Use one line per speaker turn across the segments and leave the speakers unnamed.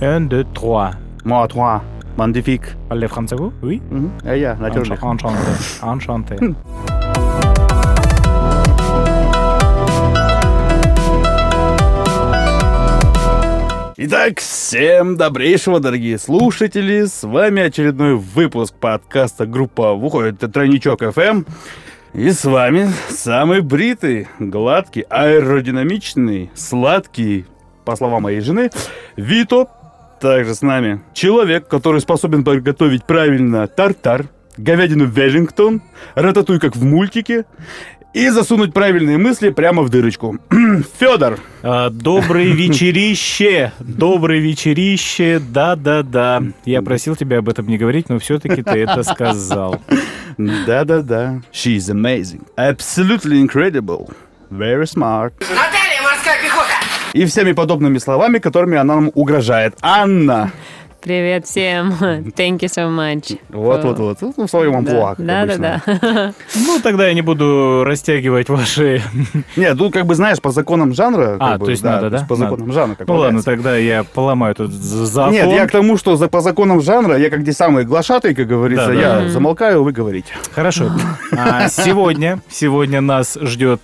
1, 2, 3.
Moi, trois. Magnifique.
Parlez français, vous Oui
Mhm. Ja, ja, natürlich.
Encha- Enchanté. Enchanté.
Итак, всем добрейшего, дорогие слушатели. С вами очередной выпуск подкаста группа «Выходит Тройничок FM. И с вами самый бритый, гладкий, аэродинамичный, сладкий, по словам моей жены, Вито. Также с нами человек, который способен приготовить правильно тартар, говядину Веллингтон, рататуй как в мультике, и засунуть правильные мысли прямо в дырочку. Федор,
А, Добрый вечерище! Добрый вечерище! Да-да-да. Я просил тебя об этом не говорить, но все-таки ты это сказал.
Да-да-да. She is amazing. Absolutely incredible. Very smart.
Наталья, морская пехота!
И всеми подобными словами, которыми она нам угрожает. Анна.
Привет всем. Thank you so much.
Вот-вот-вот. Ну, в своем амплуа, как
Да, да,
обычно.
да.
Ну, тогда я не буду растягивать ваши...
Не, тут как бы, знаешь, по законам жанра...
А,
как бы,
то есть надо, да?
есть По
Надо.
законам жанра. Как
Ну ладно,
полагается.
тогда я поломаю этот з- закон.
Нет, я к тому, что за, по законам жанра, я как где самый глашатый, как говорится,
Да-да.
я
Мгм.
замолкаю, вы говорите.
Хорошо. А сегодня, сегодня нас ждет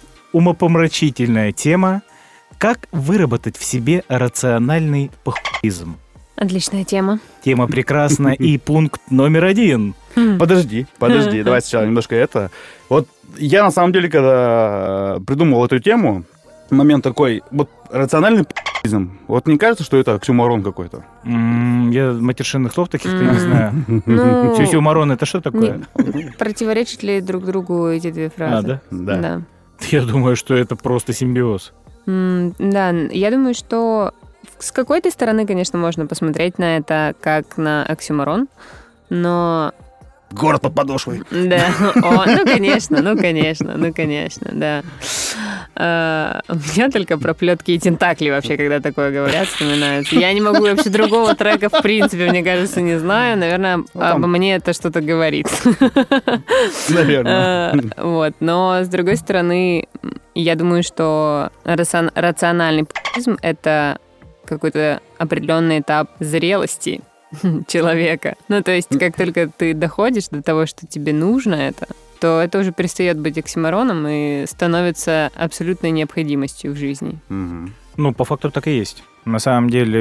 умопомрачительная тема «Как выработать в себе рациональный похуизм».
Отличная тема.
Тема прекрасна и пункт номер один.
Подожди, подожди, давай сначала немножко это. Вот я на самом деле, когда э, придумал эту тему, момент такой, вот рациональный пи***изм. Вот не кажется, что это оксюморон какой-то?
М, Я матершинных слов таких-то не
М.
знаю.
Ну,
Сюсюмарон это что такое?
не- противоречат ли друг другу эти две
А,
фразы?
да?
Да.
Я думаю, что это просто симбиоз.
М, Да, н- я думаю, что с какой-то стороны, конечно, можно посмотреть на это как на оксюморон, но...
Город под подошвой.
Да, о, ну, конечно, ну, конечно, ну, конечно, да. Э, У меня только про плетки и тентакли вообще, когда такое говорят, вспоминаются. Я не могу вообще другого трека, в принципе, мне кажется, не знаю. Наверное,
там-
обо мне это что-то говорит.
Наверное.
Э, Вот, но с другой стороны, м, я думаю, что рацион- рациональный путизм — это какой-то определенный этап зрелости человека. Ну, то есть, как только ты доходишь до того, что тебе нужно это, то это уже перестает быть оксимороном и становится абсолютной необходимостью в жизни.
Мгм.
Ну, по факту так и есть. На самом деле,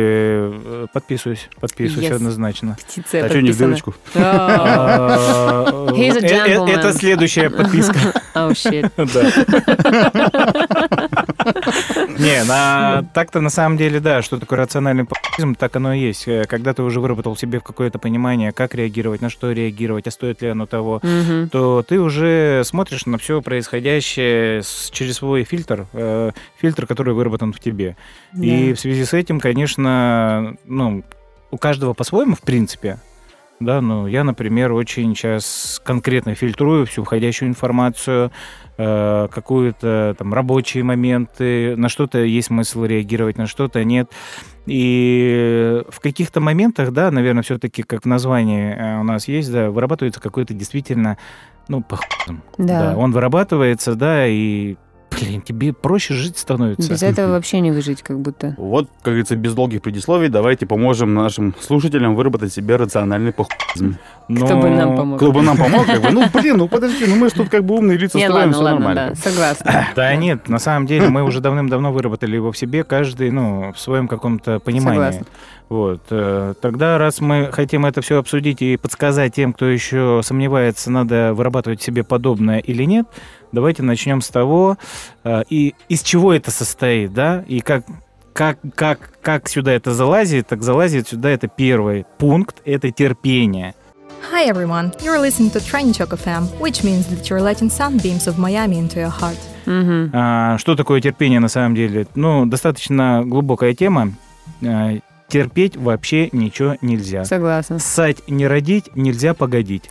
э, подписываюсь, подписываюсь
Yes.
однозначно.
Птица
А что не в
подписана.
дырочку?
О,
Э, э,
He's a
э, Это
gentleman.
следующая подписка.
oh, shit.
Да. Не, на- так-то на самом деле, да, что такое рациональный пассивизм, так оно и есть. Э, Когда ты уже выработал себе какое-то понимание, как реагировать, на что реагировать, а стоит ли оно того,
Мгм.
то ты уже смотришь на все происходящее с- через свой фильтр, э, фильтр, который выработан в тебе. И
Да.
в связи с этим, конечно, ну, у каждого по-своему, в принципе. Да, ну, я, например, очень сейчас конкретно фильтрую всю входящую информацию, э, какую-то там рабочие моменты, на что-то есть смысл реагировать, на что-то нет. И в каких-то моментах, да, наверное, все-таки, как в названии э, у нас есть, да, вырабатывается какой-то действительно, ну, похуй.
Да.
Он вырабатывается, да, и, блин, тебе проще жить становится.
Без этого вообще не выжить, как будто.
Вот, как говорится, без долгих предисловий, давайте поможем нашим слушателям выработать себе рациональный похуизм.
Кто бы нам
Но-
помог?
Кто бы нам помог, как бы, ну, блин, ну подожди, ну мы же тут как бы умные лица
Не,
строим,
ладно,
все
ладно,
нормально.
да, согласна.
Да нет, на самом деле мы уже давным-давно выработали его в себе, каждый, ну, в своем каком-то понимании.
Согласна.
Вот. э, Тогда, раз мы хотим это все обсудить и подсказать тем, кто еще сомневается, надо вырабатывать в себе подобное или нет, давайте начнем с того, э, и из чего это состоит, да, и как как, как, как сюда это залазит, так залазит сюда это первый пункт, это терпение.
Hi everyone, you're listening to Trainchok FM, which means that you're letting sunbeams of Miami into your heart.
Мгм.
А, что такое терпение на самом деле? Ну, достаточно глубокая тема. А, терпеть вообще ничего нельзя.
Согласна.
Ссать не родить, нельзя погодить.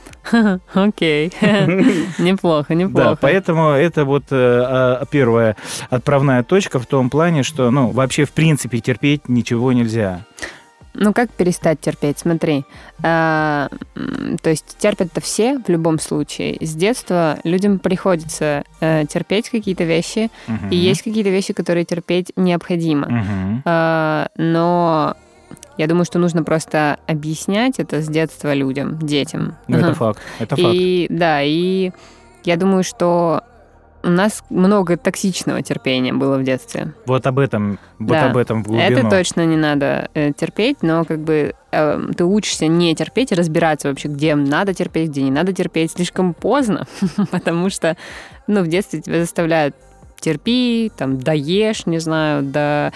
Окей. Неплохо,
Да,
неплохо.
поэтому это вот э, а, первая отправная точка в том плане, что, ну, вообще в принципе терпеть ничего нельзя.
Ну как перестать терпеть? Смотри, а, м, то есть терпят-то все в любом случае. С детства людям приходится э, терпеть какие-то вещи,
Мгм.
и есть какие-то вещи, которые терпеть необходимо.
Мгм.
А, Но Я думаю, что нужно просто объяснять это с детства людям, детям.
Ну, это
Мгм.
факт. Это факт.
И да, и я думаю, что у нас много токсичного терпения было в детстве.
Вот об этом, вот
Да.
об этом в глубину.
Это точно не надо э, терпеть, но как бы э, ты учишься не терпеть, и разбираться вообще, где надо терпеть, где не надо терпеть, слишком поздно, потому что, ну, в детстве тебя заставляют терпи, там, доешь, не знаю, да,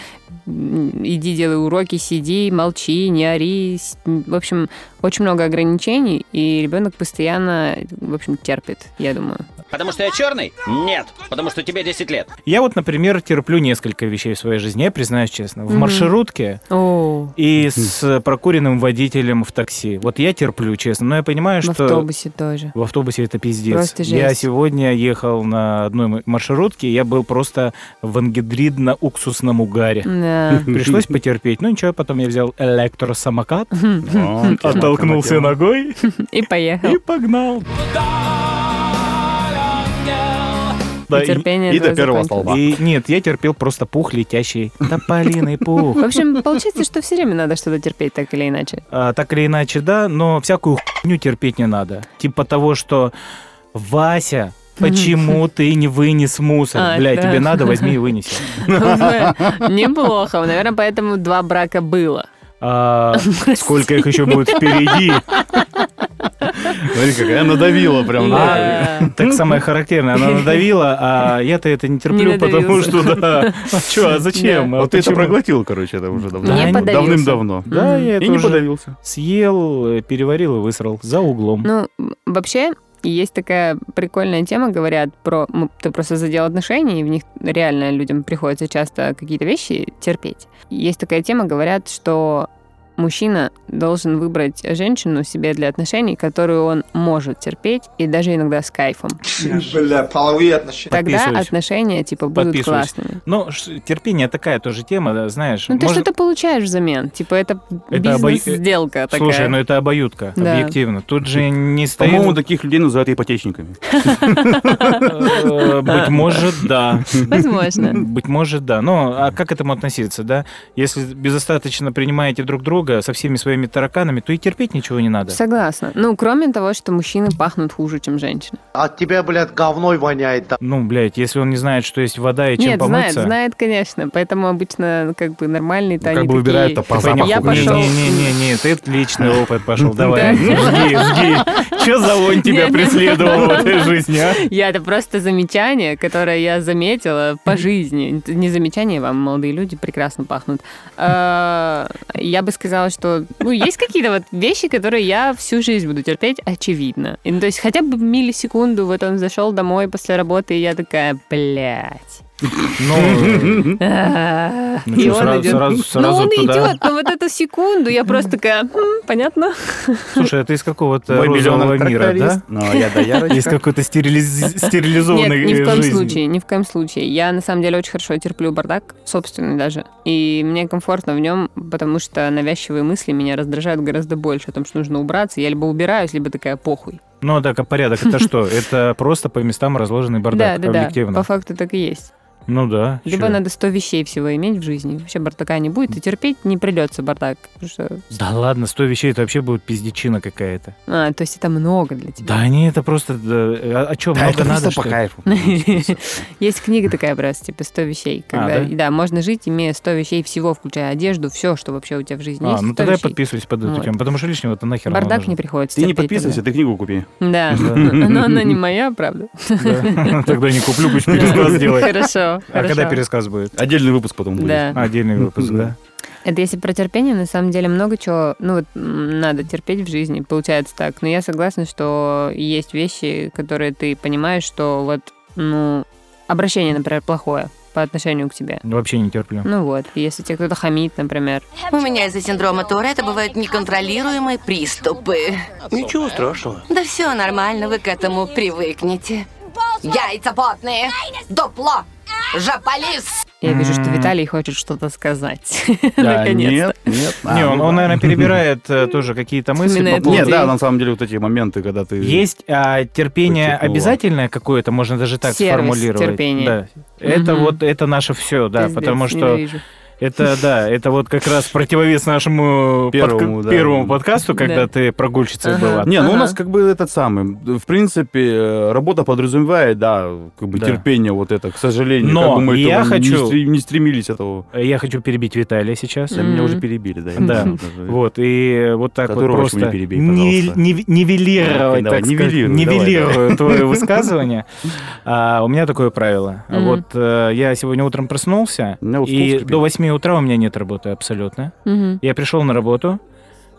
м, иди делай уроки, сиди, молчи, не ори. с- м, В общем, очень много ограничений, и ребенок постоянно, в общем, терпит, я думаю.
Потому что я черный? Нет, потому что тебе 10 лет.
Я вот, например, терплю несколько вещей в своей жизни, я признаюсь честно. В
Мгм.
маршрутке
О,
и с прокуренным водителем в такси. Вот я терплю, честно. Но я понимаю,
в
что...
автобусе тоже.
В автобусе это пиздец.
Просто
Я
жесть.
сегодня ехал на одной м- маршрутке, я был просто в ангидридно-уксусном угаре.
Да.
Пришлось потерпеть. Ну ничего, потом я взял электросамокат,
О, тема,
оттолкнулся
тема,
ногой
И поехал.
и погнал. Да,
И
и-
терпение
и
этого
до первого
закончилось.
столба.
и нет, я терпел просто пух летящий. Тополиный пух.
В общем, получается, что все время надо что-то терпеть, так или иначе.
А, так или иначе, да, но всякую хуйню терпеть не надо. Типа того, что Вася, почему ты не вынес мусор?
А,
Бля,
да.
тебе надо, возьми и вынеси.
Неплохо. Наверное, поэтому два брака было.
А, сколько их еще будет впереди?
Смотри, какая надавила прям. да.
Да.
Так самое характерное, она надавила, а я-то это не терплю,
Не
потому
Ну
надавился.
что да. А что, а зачем? А
Вот ты это
почему?
проглотил, короче, это уже давно.
Не
давным-
подавился.
Давным-давно.
Да, я
И
это
не
уже
подавился.
съел, э, переварил и высрал за углом.
Ну, вообще, есть такая прикольная тема, говорят про... м, Ты просто задел отношения, и в них реально людям приходится часто какие-то вещи терпеть. Есть такая тема, говорят, что мужчина должен выбрать женщину себе для отношений, которую он может терпеть, и даже иногда с кайфом.
Бля, половые отношения.
Тогда
Подписываюсь.
отношения, типа, будут
Подписываюсь.
классными.
Ну, ш- терпение такая тоже тема, да, знаешь.
Ну, ты
можно-
что-то получаешь взамен. Типа, это,
Это обо-
бизнес-сделка такая.
Слушай, ну это обоюдка,
Да.
объективно. Тут же не
По-моему,
стоит...
таких людей называют ипотечниками.
э, Быть может, да.
Возможно.
Быть может, да. Но а как к этому относиться, да? Если безостаточно принимаете друг друга со всеми своими тараканами, то и терпеть ничего не надо.
Согласна. Ну, кроме того, что мужчины пахнут хуже, чем женщины.
От тебя, блядь, говной воняет, да.
Ну, блядь, если он не знает, что есть вода и чем
Нет, знает,
помыться...
знает, конечно. Поэтому обычно как бы нормальные то
Ну, как
они
бы
такие... Типа,
выбирают-то по
ты понимаешь?
запаху.
Я
конечно.
пошел.
Не-не-не, ты личный опыт пошел, давай. Ну, Жги, жги. Че за вонь тебя
Не-не.
преследовала в этой жизни, а?
Я это просто замечание, которое я заметила по жизни. Это Не замечание вам, молодые люди прекрасно пахнут. Э, Я бы сказала, что ну, есть какие-то вот вещи, которые я всю жизнь буду терпеть, очевидно. И, ну, то есть хотя бы миллисекунду, вот он зашел домой после работы, и я такая, блядь.
Ну,
А.
Ну чё, сразу- сразу-
ну
сразу
он
туда?
идет, но вот эту секунду я просто такая, «М, понятно.
слушай, а ты из какого-то
Мой
розового
миллионер
мира, да?
тракторист. Ну, а я да, я
Из какой-то стерилиз-
Нет,
стерилизованной
ни в
э,
коем
жизни.
случае, ни в коем случае. Я на самом деле очень хорошо терплю бардак, собственный даже. И мне комфортно в нем, потому что навязчивые мысли меня раздражают гораздо больше о том, что нужно убраться. Я либо убираюсь, либо такая похуй.
Ну, так, а порядок это что? Это просто по местам разложенный
да,
бардак,
да, да. По
объективно.
факту так и есть.
Ну да.
Либо
чё?
надо 100 вещей всего иметь в жизни. Вообще бардака не будет, и терпеть не придется бардак. потому что-
Да ладно, 100 вещей это вообще будет пиздечина какая-то.
А, то есть это много для тебя.
Да они это просто... да, э, а- О чем
Да,
много
это
надо,
Ну, просто
что
по
ли?
кайфу.
Ну, Есть книга такая, брат, типа 100 вещей.
ну, А,
Когда,
да?
да? можно жить, имея 100 вещей всего, включая одежду, все, что вообще у тебя в жизни
А,
есть.
ну
100
тогда я
вещей.
подписываюсь под эту
Вот.
тему, потому что лишнего-то нахер оно
Бардак
нужно.
не приходится.
Ты не
терпеть
подписывайся, ты книгу купи.
тогда. Да, но она не моя, правда.
Да. Тогда не куплю, пусть пересказ делает.
Хорошо,
А
хорошо.
когда пересказ будет?
Отдельный выпуск потом будет.
Да.
Отдельный выпуск, да?
Это если про терпение, на самом деле много чего, ну вот м, надо терпеть в жизни, получается так. Но я согласна, что есть вещи, которые ты понимаешь, что вот, ну, обращение, например, плохое по отношению к тебе.
Вообще не терплю.
Ну вот, если тебе кто-то хамит, например.
У меня из-за синдрома Туретта бывают неконтролируемые приступы.
Ничего страшного.
Да все нормально, вы к этому привыкнете. Яйца потные, дупло, жополис.
Я вижу, что Виталий хочет что-то сказать.
Да,
Наконец-то.
Нет, нет. а,
Не, он,
ну
он,
да.
наверное, перебирает э, тоже какие-то мысли по
Вспоминает
поводу
Нет, да,
людей.
на самом деле вот эти моменты, когда ты...
Есть а, терпение
Потекнуло.
обязательное какое-то, можно даже так
Сервис
сформулировать.
терпения.
Да. Это
Мгм.
вот это наше все, да,
Пиздец,
потому что
ненавижу.
Это, да, это вот как раз противовес нашему
Первому,
подка-
да.
первому подкасту, когда
Да.
ты прогульщицей
Ага.
была.
Не, ну у
Ага.
нас как бы этот самый, в принципе, э, работа подразумевает, да, как бы
Да.
терпение вот это, к сожалению.
Но
как бы мы
я
этого
хочу-
Не, стри- не стремились этого.
Я хочу перебить Виталия сейчас.
Да, меня уже
перебили, да.
Да. Вот, и вот так
Которого
вот просто
очень не перебей,
нивель-
пожалуйста.
нив- нивелировать,
Давай,
так сказать,
нивелируй,
нивелирую твое высказывание. А, у меня такое правило.
Мгм.
Вот э, я сегодня утром проснулся,
У меня вот
и
пульс кипит.
до 8 утра у меня нет работы абсолютно.
Мгм.
Я пришел на работу,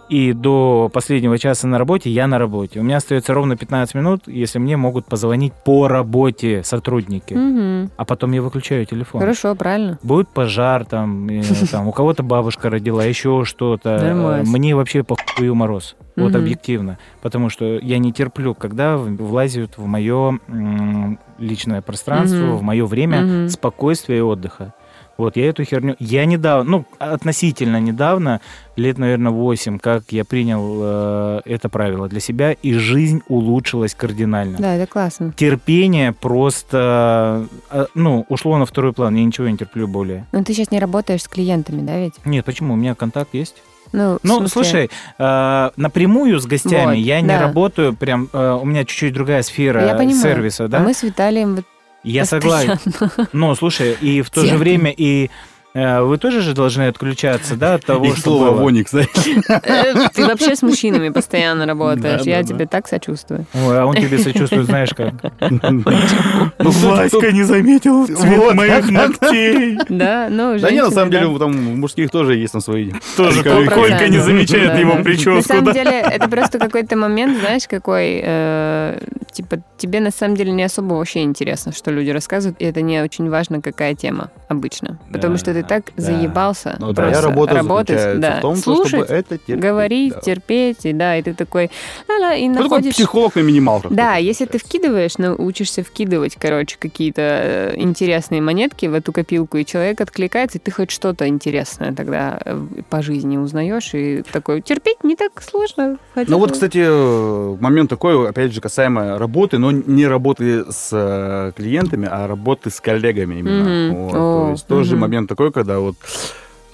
и до последнего часа на работе я на работе. У меня остается ровно 15 минут, если мне могут позвонить по работе сотрудники.
Мгм.
А потом я выключаю телефон.
Хорошо, правильно.
Будет пожар, там, э, там у кого-то бабушка родила, еще что-то. Э,
Нормас.
Мне вообще похую мороз. Вот
Мгм.
объективно. Потому что я не терплю, когда в- влазят в мое м, личное пространство,
Мгм.
в мое время
Мгм.
спокойствия и отдыха. Вот я эту херню... Я недавно, ну, относительно недавно, лет, наверное, 8, как я принял э, это правило для себя, и жизнь улучшилась кардинально
Да, это классно.
терпение просто, э, ну, ушло на второй план. Я ничего не терплю более.
Но Ну, ты сейчас не работаешь с клиентами, да, ведь?
Нет, почему? У меня контакт есть.
Ну, в
Ну,
смысле-
слушай, э, напрямую с гостями
Вот,
я не
да.
работаю, прям э, у меня чуть-чуть другая сфера
Я понимаю.
э, сервиса, да?
А мы с Виталием вот
Я
постоянно.
согласен. Но, слушай, и в то же
Терпим.
время и э, вы тоже же должны отключаться, да, от того,
И
что
слово
было?
воник, знаешь.
Э, Ты вообще с мужчинами постоянно работаешь.
Да,
Я
да,
тебе так сочувствую.
Ой, а он тебе сочувствует, знаешь как.
Ну, Васька не заметил цвет моих ногтей.
Да,
Да
ну,
не, на
женщины,
самом
да.
деле, там у мужских тоже есть там свои.
Тоже
приколы.
Сто процентов.
Колька не замечает
Да,
его
да.
прическу,
На самом
да.
деле, это просто какой-то момент, знаешь, какой, э, типа, тебе на самом деле не особо вообще интересно, что люди рассказывают, и это не очень важно, какая тема обычно. Потому
Да,
что ты так
да.
заебался
Ну,
просто
твоя работа
работать,
заключается
да,
в том, что, чтобы
слушать,
это терпеть.
говорить,
Да.
терпеть, и да, и ты такой, ла-ла, и
Ну, такой
находишь...
психолог на минималках.
Да,
такой,
если ты
получается.
вкидываешь, научишься вкидывать, короче, какие-то э, интересные монетки в эту копилку, и человек откликается, и ты хоть что-то интересное тогда э, по жизни узнаешь, и такой, терпеть не так сложно. хотя
Ну вот,
бы».
кстати, э, момент такой, опять же, касаемо работы, но не работы с э, клиентами, а работы с коллегами именно.
Мгм.
Вот, то
О,
есть тоже
мгм.
момент такой, когда вот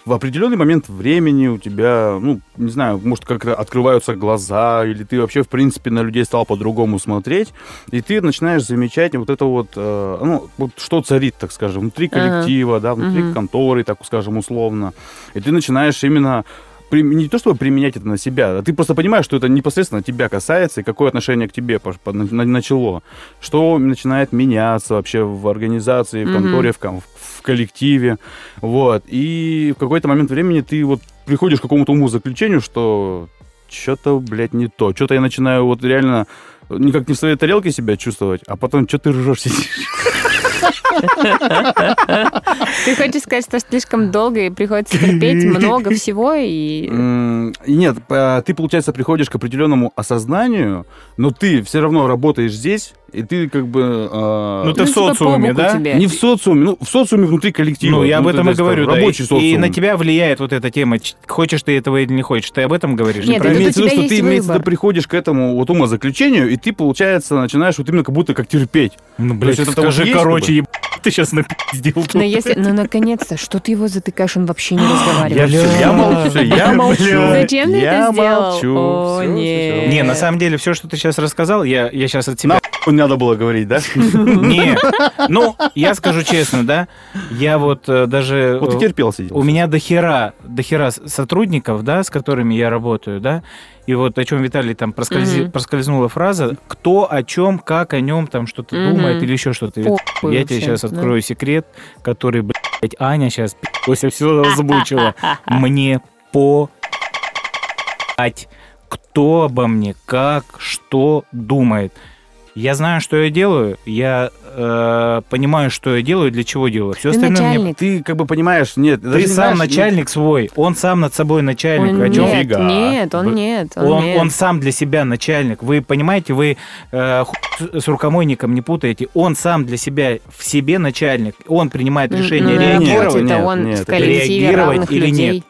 в определенный момент времени у тебя, ну, не знаю, может, как-то открываются глаза, или ты вообще, в принципе, на людей стал по-другому смотреть, и ты начинаешь замечать вот это вот, э, ну, вот что царит, так скажем, внутри
Ага.
коллектива, да, внутри
Мгм.
конторы, так скажем, условно. И ты начинаешь именно при- не то чтобы применять это на себя, а ты просто понимаешь, что это непосредственно тебя касается и какое отношение к тебе пош- по- на- на- начало, что начинает меняться вообще в организации, в
Мгм.
конторе, в, ком- в коллективе, вот. И в какой-то момент времени ты вот приходишь к какому-то уму заключению, что что-то, блядь, не то, что-то я начинаю вот реально никак не в своей тарелке себя чувствовать, а потом что ты ржешь сидишь?
Ты хочешь сказать, что слишком долго и приходится терпеть много всего, и
М, и Нет, э, ты, получается, приходишь к определенному осознанию, но ты все равно работаешь здесь, и ты как бы... э,
Ну, ты
Ну,
в
типа, по
социуме,
боку
да?
тебе.
Не в социуме, ну, в социуме внутри коллектива.
Ну, я об
ты,
этом
то
и
есть, там,
говорю, да.
Рабочий
И-
социум.
И на тебя влияет вот эта тема, ч- хочешь ты этого или не хочешь. Ты об этом говоришь?
Нет,
ты правильно?
это
Имеется в
у
виду,
тебя
что ты
есть
имеется в виду,
выбор.
приходишь к этому вот умозаключению, и ты, получается, начинаешь вот именно как будто как терпеть.
Ну,
блядь,
блядь,
это вот
скажи,
есть,
короче,
как
еб... ты сейчас напиздил.
но если, ну наконец-то, что ты его затыкаешь, он вообще не разговаривает.
Бля.
всё, я молчу, всё, я молчу.
Зачем ты
я
это сделал?
молчу.
О,
Всё, всё,
нет.
всё.
Не, на самом деле, все, что ты сейчас рассказал, я, я сейчас от тебя...
Нахуй надо было говорить, да?
Не, ну, я скажу честно, да, я вот э, даже...
Вот и
э,
терпел сидел.
У меня дохера, дохера с- сотрудников, да, с которыми я работаю, да, и вот о чем Виталий там проскользи-
Мгм.
проскользнула фраза, кто о чем, как о нем там что-то
Мгм.
думает или еще что-то.
Похуй
Я
вообще,
тебе сейчас
да.
открою секрет, который, блядь, Аня сейчас после всего озвучила. Мне по кто обо мне, как, что думает. Я знаю, что я делаю, я э, понимаю, что я делаю, и для чего делаю. Все
Ты
остальное мне
начальник.
Ты как бы понимаешь, нет. даже
ты
не
сам
знаешь, ну,
начальник свой, он сам над собой начальник.
Он
о чем?
нет,
Фига.
нет, он
Б-
нет, он,
Он,
нет.
он сам для себя начальник. Вы понимаете, вы э, хуй с с рукомойником не путаете. Он сам для себя в себе начальник. Он принимает
М,
решение
на
реагировать.
работе-то
Нет,
он
нет,
в коллективе
реагировать
равных
или
людей.
нет.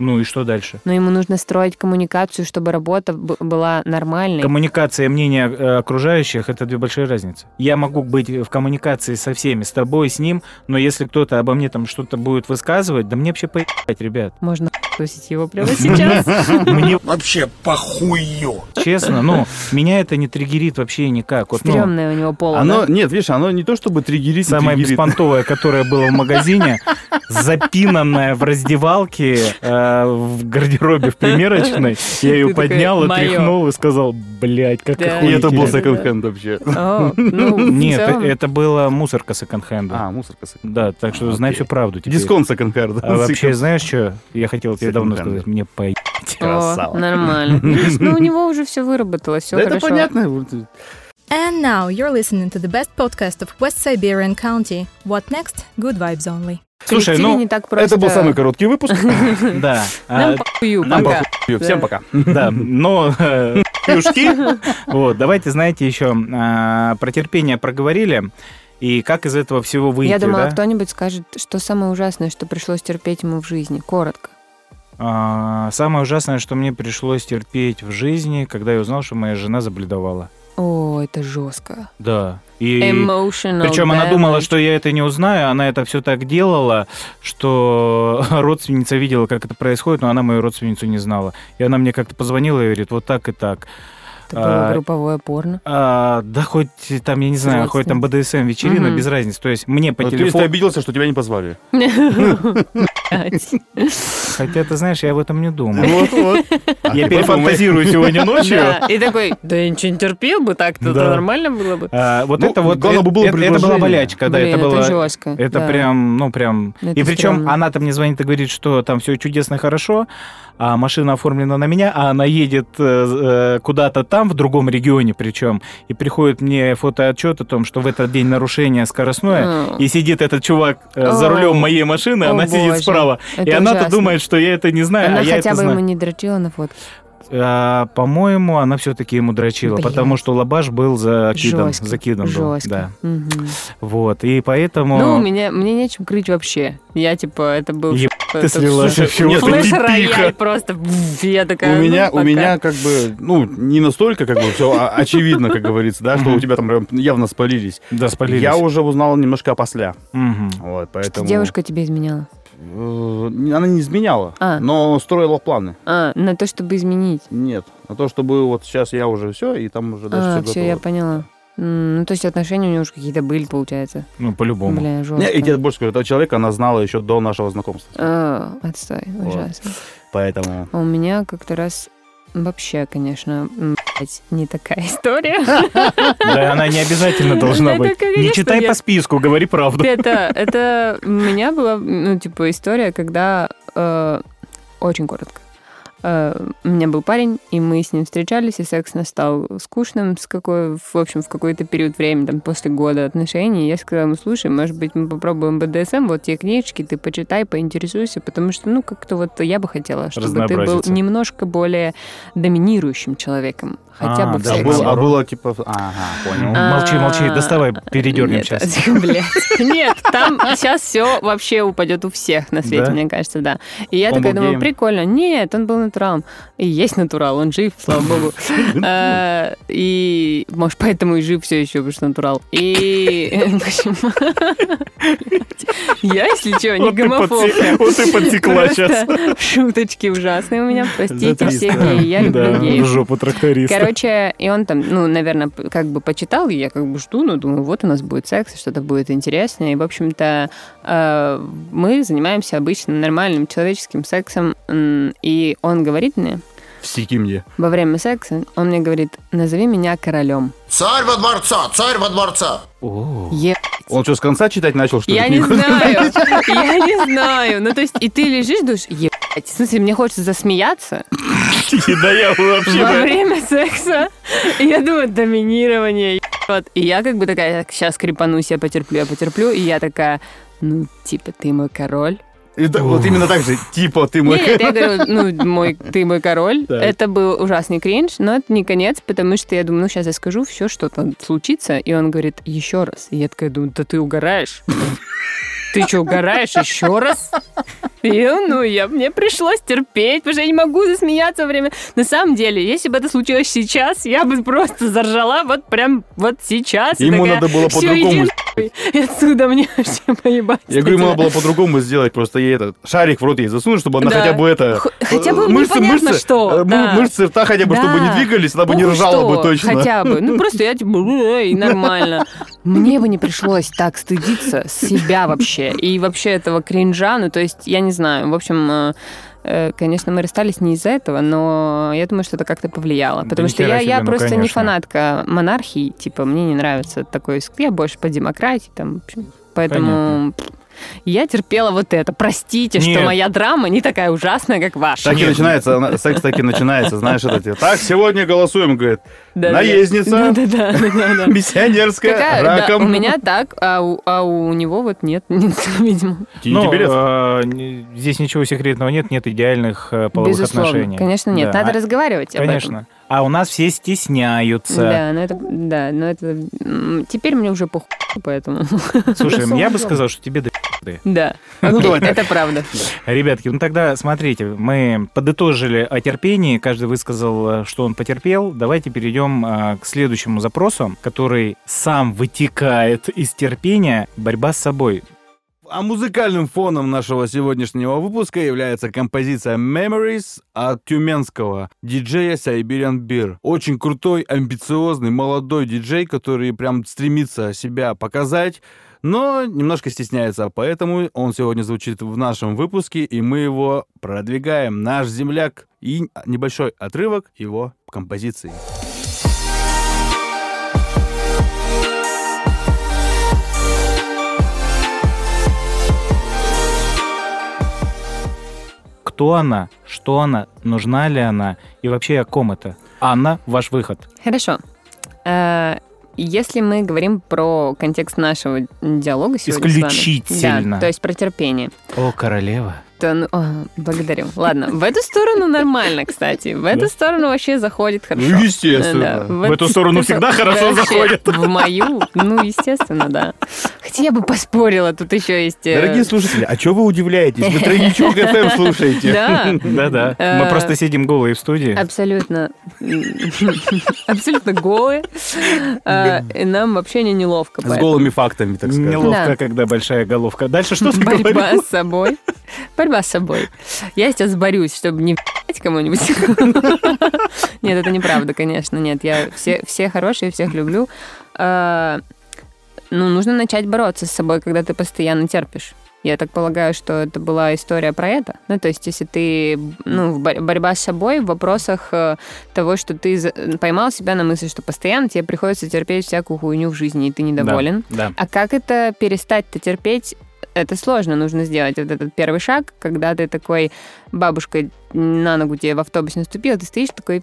Ну и что дальше?
Но ему нужно строить коммуникацию, чтобы работа б- была нормальной.
Коммуникация и мнение э, окружающих – это две большие разницы. Я могу быть в коммуникации со всеми, с тобой, с ним, но если кто-то обо мне там что-то будет высказывать, да мне вообще поебать, ребят.
Можно тусить его прямо сейчас.
Ну, Мне
Вообще похую.
честно, ну, меня это не триггерит вообще никак. Вот, ну,
Стремное у него поло.
Оно,
да?
нет, видишь, оно не то чтобы триггерит, не
самое
триггерит.
беспонтовое, которое было в магазине, запинанное в раздевалке, э, в гардеробе, в примерочной. Я ее
Ты такой,
поднял,
«Моё».
отряхнул и сказал, блядь, как
Да.
И
охуительно».
это был
Да-да-да.
секонд-хенд вообще.
О, ну, в
Нет,
целом.
э- это была мусорка секонд-хенда.
А, мусорка секонд
Да, так что знай всю правду теперь.
Дисконт секонд-хенда.
А вообще, знаешь, что я хотел тебе давно
Секонд-хенда.
сказать? Мне по...
О, нормально. Ну, у него уже все выработалось, все
Да это
хорошо.
понятно. вот,
And now you're listening to the best podcast of West Siberian County. What next? Good vibes only.
Слушай,
Коллективе
ну,
не так просто.
Это был самый короткий выпуск.
Да. а,
Нам похую,
нам
пока.
Всё, Всем пока.
Да, но э, плюшки. Вот, давайте, знаете, еще а, про терпение проговорили. И как из этого всего выйти,
Я думала,
да?
кто-нибудь скажет, что самое ужасное, что пришлось терпеть ему в жизни. Коротко.
А, Самое ужасное, что мне пришлось терпеть в жизни, когда я узнал, что моя жена забледовала.
О, это жестко.
Да. И
Emotional.
причем она
damage.
думала, что я это не узнаю, она это все так делала, что родственница видела, как это происходит, но она мою родственницу не знала. И она мне как-то позвонила и говорит, вот так и так.
Это было
а,
групповое порно.
А, да хоть там, я не знаю, хоть там БДСМ вечерина,
Мгм.
без разницы. То есть мне по
Ну, Ты ты
телефону...
обиделся, что тебя не позвали.
Хотя, ты знаешь, я об этом не думал.
Вот, вот. А
Я перефантазирую сегодня ночью.
Да, И такой, да я ничего не терпел бы так-то,
Да.
это нормально было бы.
А, Вот
Ну,
это вот...
главное бы было
это- Это была
предложение.
болячка, да,
Блин,
это было...
жестко.
Это
да.
прям, ну прям...
Это
и причем
стрёмно.
она там мне звонит и говорит, что там все чудесно, хорошо, а машина оформлена на меня, а она едет э, э, куда-то там, в другом регионе причем, и приходит мне фотоотчет о том, что в этот день нарушение скоростное,
А,
и сидит этот чувак э, за
О.
рулем моей машины,
О,
она
боже.
сидит справа.
это
и она-то
ужасно.
думает, что я это не знаю,
Она
а я
хотя
это
бы ему
знаю.
не дрочила на фотке.
А, по-моему, она все-таки ему дрочила,
Блин.
потому что лабаш был закидан.
Жестко,
закидан был,
жестко.
Да.
Мгм.
Вот. И поэтому.
Ну, у меня, мне нечем крыть вообще. Я, типа, это был...
Еб-
это
ты слила
всё.
всё,
Нет,
всё.
ты
Флэш-рояль просто. бф, Я такая,
У
ну,
меня, у
пока.
меня как бы, ну, не настолько как бы все очевидно, как говорится, да, что у тебя там прям явно спалились.
Да, спалились.
Я уже узнал немножко опосля.
Мгм.
Вот,
Что
поэтому...
девушка тебе изменяла?
Э, Она не изменяла,
А.
но строила планы.
А, на то, чтобы изменить.
Нет. На то, чтобы вот сейчас я уже все, и там уже
А,
дальше
все, я
все
поняла. М, Ну, то есть отношения у него уже какие-то были, получается.
Ну, по-любому.
Не,
Бля,
и тебе
жестко.
больше скажу, этого человека она знала еще до нашего знакомства.
А, Отстой, ужасно.
Поэтому...
А у меня как-то раз вообще, конечно, м, блядь, не такая история.
Да, она не обязательно должна
Это,
быть.
конечно,
Не читай
я-
по списку, говори правду.
Это, это у меня была, ну, типа, история, когда э, очень коротко. Э, у меня был парень, и мы с ним встречались, и секс настал скучным с какой, в общем, в какой-то период времени, там, после года отношений. Я сказала ему, слушай, может быть, мы попробуем БДСМ, вот те книжечки, ты почитай, поинтересуйся, потому что, ну, как-то вот я бы хотела, чтобы ты был
Разнообразиться.
немножко более доминирующим человеком, хотя
А,
бы в
да,
А
сексе.
Секс.
было, а было типа... Ага, понял.
Ну, Молчи, молчи, доставай, передернем
А, Нет,
сейчас.
блядь. Нет, там сейчас все вообще упадет у всех на свете,
Да?
мне кажется, да. И я
Он
такая
был
думаю,
геем?
прикольно. Нет, он был натуралом. И есть натурал, он жив, слава богу. А, И, может, поэтому и жив все еще, потому что натурал. И, в общем, я, если что, не гомофоб.
Вот и подтекла сейчас.
Просто Шуточки ужасные у меня, простите
Это
все
триста.
геи, А, я люблю
Да,
геев.
в жопу тракториста.
Короче, и он там, ну, наверное, п- как бы почитал, и я как бы жду, ну, думаю, вот у нас будет секс, что-то будет интересное. И, в общем-то, э, мы занимаемся обычным нормальным человеческим сексом. М, И он говорит мне
Всеки мне.
во время секса, он мне говорит, назови меня королем.
Царь во дворца, царь во дворца.
О.
Е-
Он что, с конца читать начал, что ли?
Я не
книгу?
знаю, я не знаю. Ну, то есть, и ты лежишь, думаешь, ебать, в смысле, мне хочется засмеяться,
Да я вообще...
во время секса. И я думаю, доминирование, ебет. И я как бы такая, сейчас крепанусь, я потерплю, я потерплю. И я такая, ну, типа, ты мой король.
Это Вот именно так же. Типа, ты мой...
Нет, я говорю, ну, мой, ты мой король.
Так.
Это был ужасный кринж, но это не конец, потому что я думаю, ну, сейчас я скажу, все, что там случится. И он говорит, еще раз. И я такая думаю, да ты угораешь. Ты что, угораешь еще раз? терпел, ну я, мне пришлось терпеть, потому что я не могу засмеяться во время... На самом деле, если бы это случилось сейчас, я бы просто заржала вот прям вот сейчас. и
Ему
такая,
надо было
«Всё,
по-другому
иди нахуй, И отсюда мне вообще поебать.
Я говорю,
на
надо
тебя».
было по-другому сделать, просто ей этот шарик в рот ей засунуть, чтобы она
Да.
хотя бы это...
Х- хотя бы
э,
непонятно
мышцы,
что,
э, мы-
да.
Мышцы рта хотя бы, чтобы не
Да.
двигались, она бы не
Похуй
ржала
что,
бы точно.
Хотя бы. Ну просто я типа «Э, и нормально. Мне бы не пришлось так стыдиться себя вообще. И вообще этого кринжа. Ну, то есть, я не знаю. В общем, э, э, конечно, мы расстались не из-за этого, но я думаю, что это как-то повлияло.
Да
Потому
ни
что
хера
я, я
себе, ну,
просто не
конечно.
фанатка монархии. Типа, мне не нравится такой иск. Я больше по демократии, там, в общем. Поэтому... пф, Я терпела вот это. Простите, что
Нет.
моя драма не такая ужасная, как ваша.
Так и начинается, она- секс так и начинается, знаешь, это типа, так, сегодня голосуем, говорит,
Да, да, да.
наездница,
Да-да-да. да-да-да.
миссионерская,
Какая- да,
раком.
у меня так, а у, а у него вот нет, нет, видимо.
Ти-
Ну,
тебе лет?
э, не- здесь ничего секретного нет, нет идеальных э, половых
Безусловно.
отношений.
Конечно, нет.
Да. А,
Надо разговаривать об этом.
Конечно. э, А у нас все стесняются.
Да, но это, да, но это, м, теперь мне уже похуй, поэтому,
Слушай, я бы сказал, что тебе до пизды.
да,
Ну, давай так.
это правда.
Ребятки, ну тогда смотрите, мы подытожили о терпении, каждый высказал, э, что он потерпел. Давайте перейдем э, к следующему запросу, который сам вытекает из терпения. Борьба с собой.
А музыкальным фоном нашего сегодняшнего выпуска является композиция Memories от тюменского диджея Siberian Beer. Очень крутой, амбициозный, молодой диджей, который прям стремится себя показать, но немножко стесняется, поэтому он сегодня звучит в нашем выпуске, и мы его продвигаем. Наш земляк и небольшой отрывок его композиции.
Кто она? Что она? Нужна ли она? И вообще о ком это? Анна, ваш выход.
Хорошо. Э, Если мы говорим про контекст нашего диалога сегодня с вами.
Исключительно.
Да, то есть про терпение.
О, королева.
Да, ну, а, благодарю. Ладно, в эту сторону нормально, кстати. В эту сторону вообще заходит хорошо.
Ну,
Ну,
Да,
В эту сторону всегда хорошо
вообще
заходит.
В мою, ну, естественно, да. Хотя я бы поспорила, тут еще есть... э,
Дорогие слушатели, а чё вы удивляетесь? Вы тройничок FM эм слушаете.
Да,
Да-да. Мы
Э,
просто сидим голые в студии.
абсолютно. Абсолютно голые. Э, и Нам вообще не неловко.
С
поэтому.
голыми фактами, так сказать.
Неловко,
Да.
когда большая головка. Дальше что ты
Борьба
говорил?
с собой. Борьба с собой. Я сейчас борюсь, чтобы не пи***ть кому-нибудь. Нет, это неправда, конечно. Нет, я все, все хорошие, всех люблю. Э, Ну, нужно начать бороться с собой, когда ты постоянно терпишь. Я так полагаю, что это была история про это. Ну, то есть, если ты, ну, в бор- борьба с собой в вопросах э, того, что ты за- поймал себя на мысли, что постоянно тебе приходится терпеть всякую хуйню в жизни, и ты недоволен.
Да.
А как это перестать-то терпеть? Это сложно, нужно сделать вот этот первый шаг, когда ты такой бабушка на ногу тебе в автобус наступила, ты стоишь такой...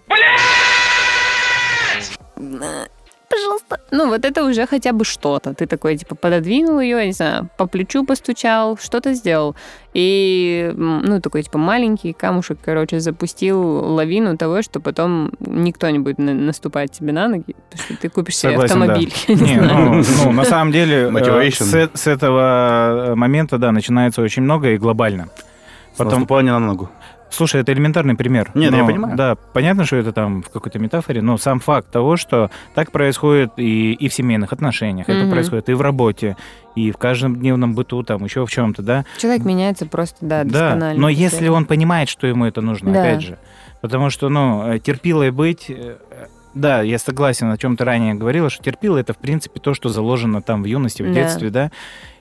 Пожалуйста. Ну, вот это уже хотя бы что-то. Ты такой, типа, пододвинул ее, я не знаю, по плечу постучал, что-то сделал. И, м, ну, такой, типа, маленький камушек, короче, запустил лавину того, что потом никто не будет на- наступать тебе на ноги, потому что ты купишь себе
Согласен, да.
автомобиль. Я не
Не,
знаю.
ну, ну, на самом деле, э,
Motivation.
с, э- с этого момента, да, начинается очень много и глобально.
Потом
Потом,
наступление на ногу.
слушай, это элементарный пример.
Не, ну,
Но,
я понимаю.
Да, понятно, что это там в какой-то метафоре, но сам факт того, что так происходит и, и в семейных отношениях, это
Мгм.
происходит и в работе, и в каждом дневном быту, там, еще в чем-то, да.
Человек меняется просто, да,
Да,
досконально.
но если он понимает, что ему это нужно,
Да.
опять же. Потому что, ну, э, терпилой быть... э, э, Да, я согласен, о чем ты ранее говорила, что терпила это, в принципе, то, что заложено там в юности, в
Да.
детстве, да,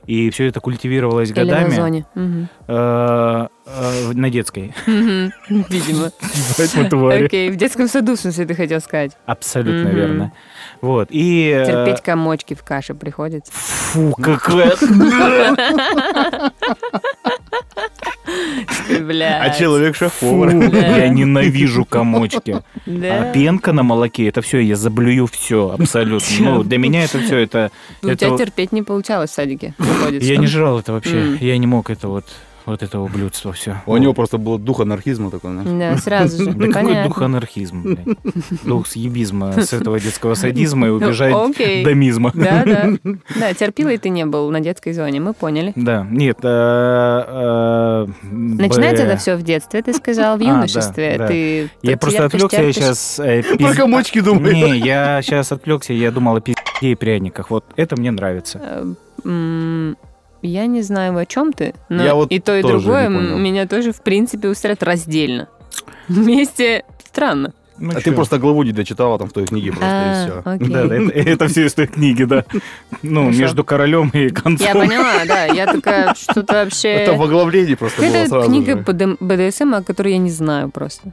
и все это культивировалось
Или на
годами.
зоне. Мгм.
Э, э, на детской.
Мгм. Видимо. Окей, в детском саду, в смысле, ты хотел сказать.
Абсолютно
Мгм.
верно. Вот, и... э,
Терпеть комочки в каше приходится.
Фу, какая...
Бля.
А человек
Фу,
шеф-повар.
я ненавижу комочки. А
Да.
пенка на молоке, это все, я заблюю все абсолютно. Ну, для меня это все, это...
Ну, У
это-
тебя терпеть не получалось в садике. приходится.
Я не жрал это вообще.
М.
Я не мог это вот. вот это ублюдство все.
У него просто был дух анархизма такой, знаешь.
Да, сразу же.
Да какой дух
Понятно.
анархизма, блин? Дух съебизма, с этого детского садизма и убежать
Ну, окей.
домизма.
Да, да. Да, терпилой ты не был на детской зоне, мы поняли.
Да, нет. а, а, б-
Начинается это все в детстве, ты сказал, в
А,
юношестве.
да, да.
Ты
Я
тут
просто
терпишь,
отвлекся, я э,
терпишь.
сейчас...
Про комочки думаю.
Не, я сейчас отвлекся, я думал о пизде и пряниках. Вот это мне нравится.
Э, м, Я не знаю, о чем ты, но
Я вот
и то, и
тоже не
другое
понял.
м, меня тоже, в принципе, устраивает раздельно. Вместе странно.
Ну,
А
чё?
ты просто главу не дочитала там в той книге просто, и все.
А, окей.
Да, да, это, это все из той книги, да. Ну,
Хорошо.
между королем и концом.
Я поняла, да, я такая, что-то
Это в
вообще...
оглавлении просто было
Это
сразу
книга
же.
БД- БДСМ, о которой я не знаю просто.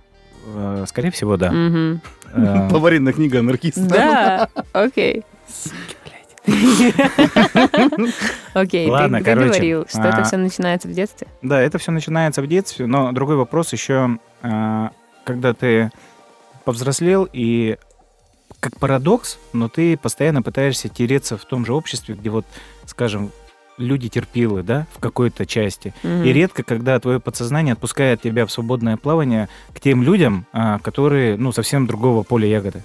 Э, Скорее всего, да.
Мгм.
Э,
Поваренная книга анархиста.
Да, окей. Окей,
Ладно,
ты
короче,
говорил, что это
а-
все начинается в детстве.
Да, это все начинается в детстве, но другой вопрос еще, а, когда ты повзрослел и как парадокс, но ты постоянно пытаешься тереться в том же обществе, где вот, скажем, люди терпилы, да, в какой-то части.
Мгм.
И редко, когда твое подсознание отпускает тебя в свободное плавание к тем людям, а, которые, ну, совсем другого поля ягоды.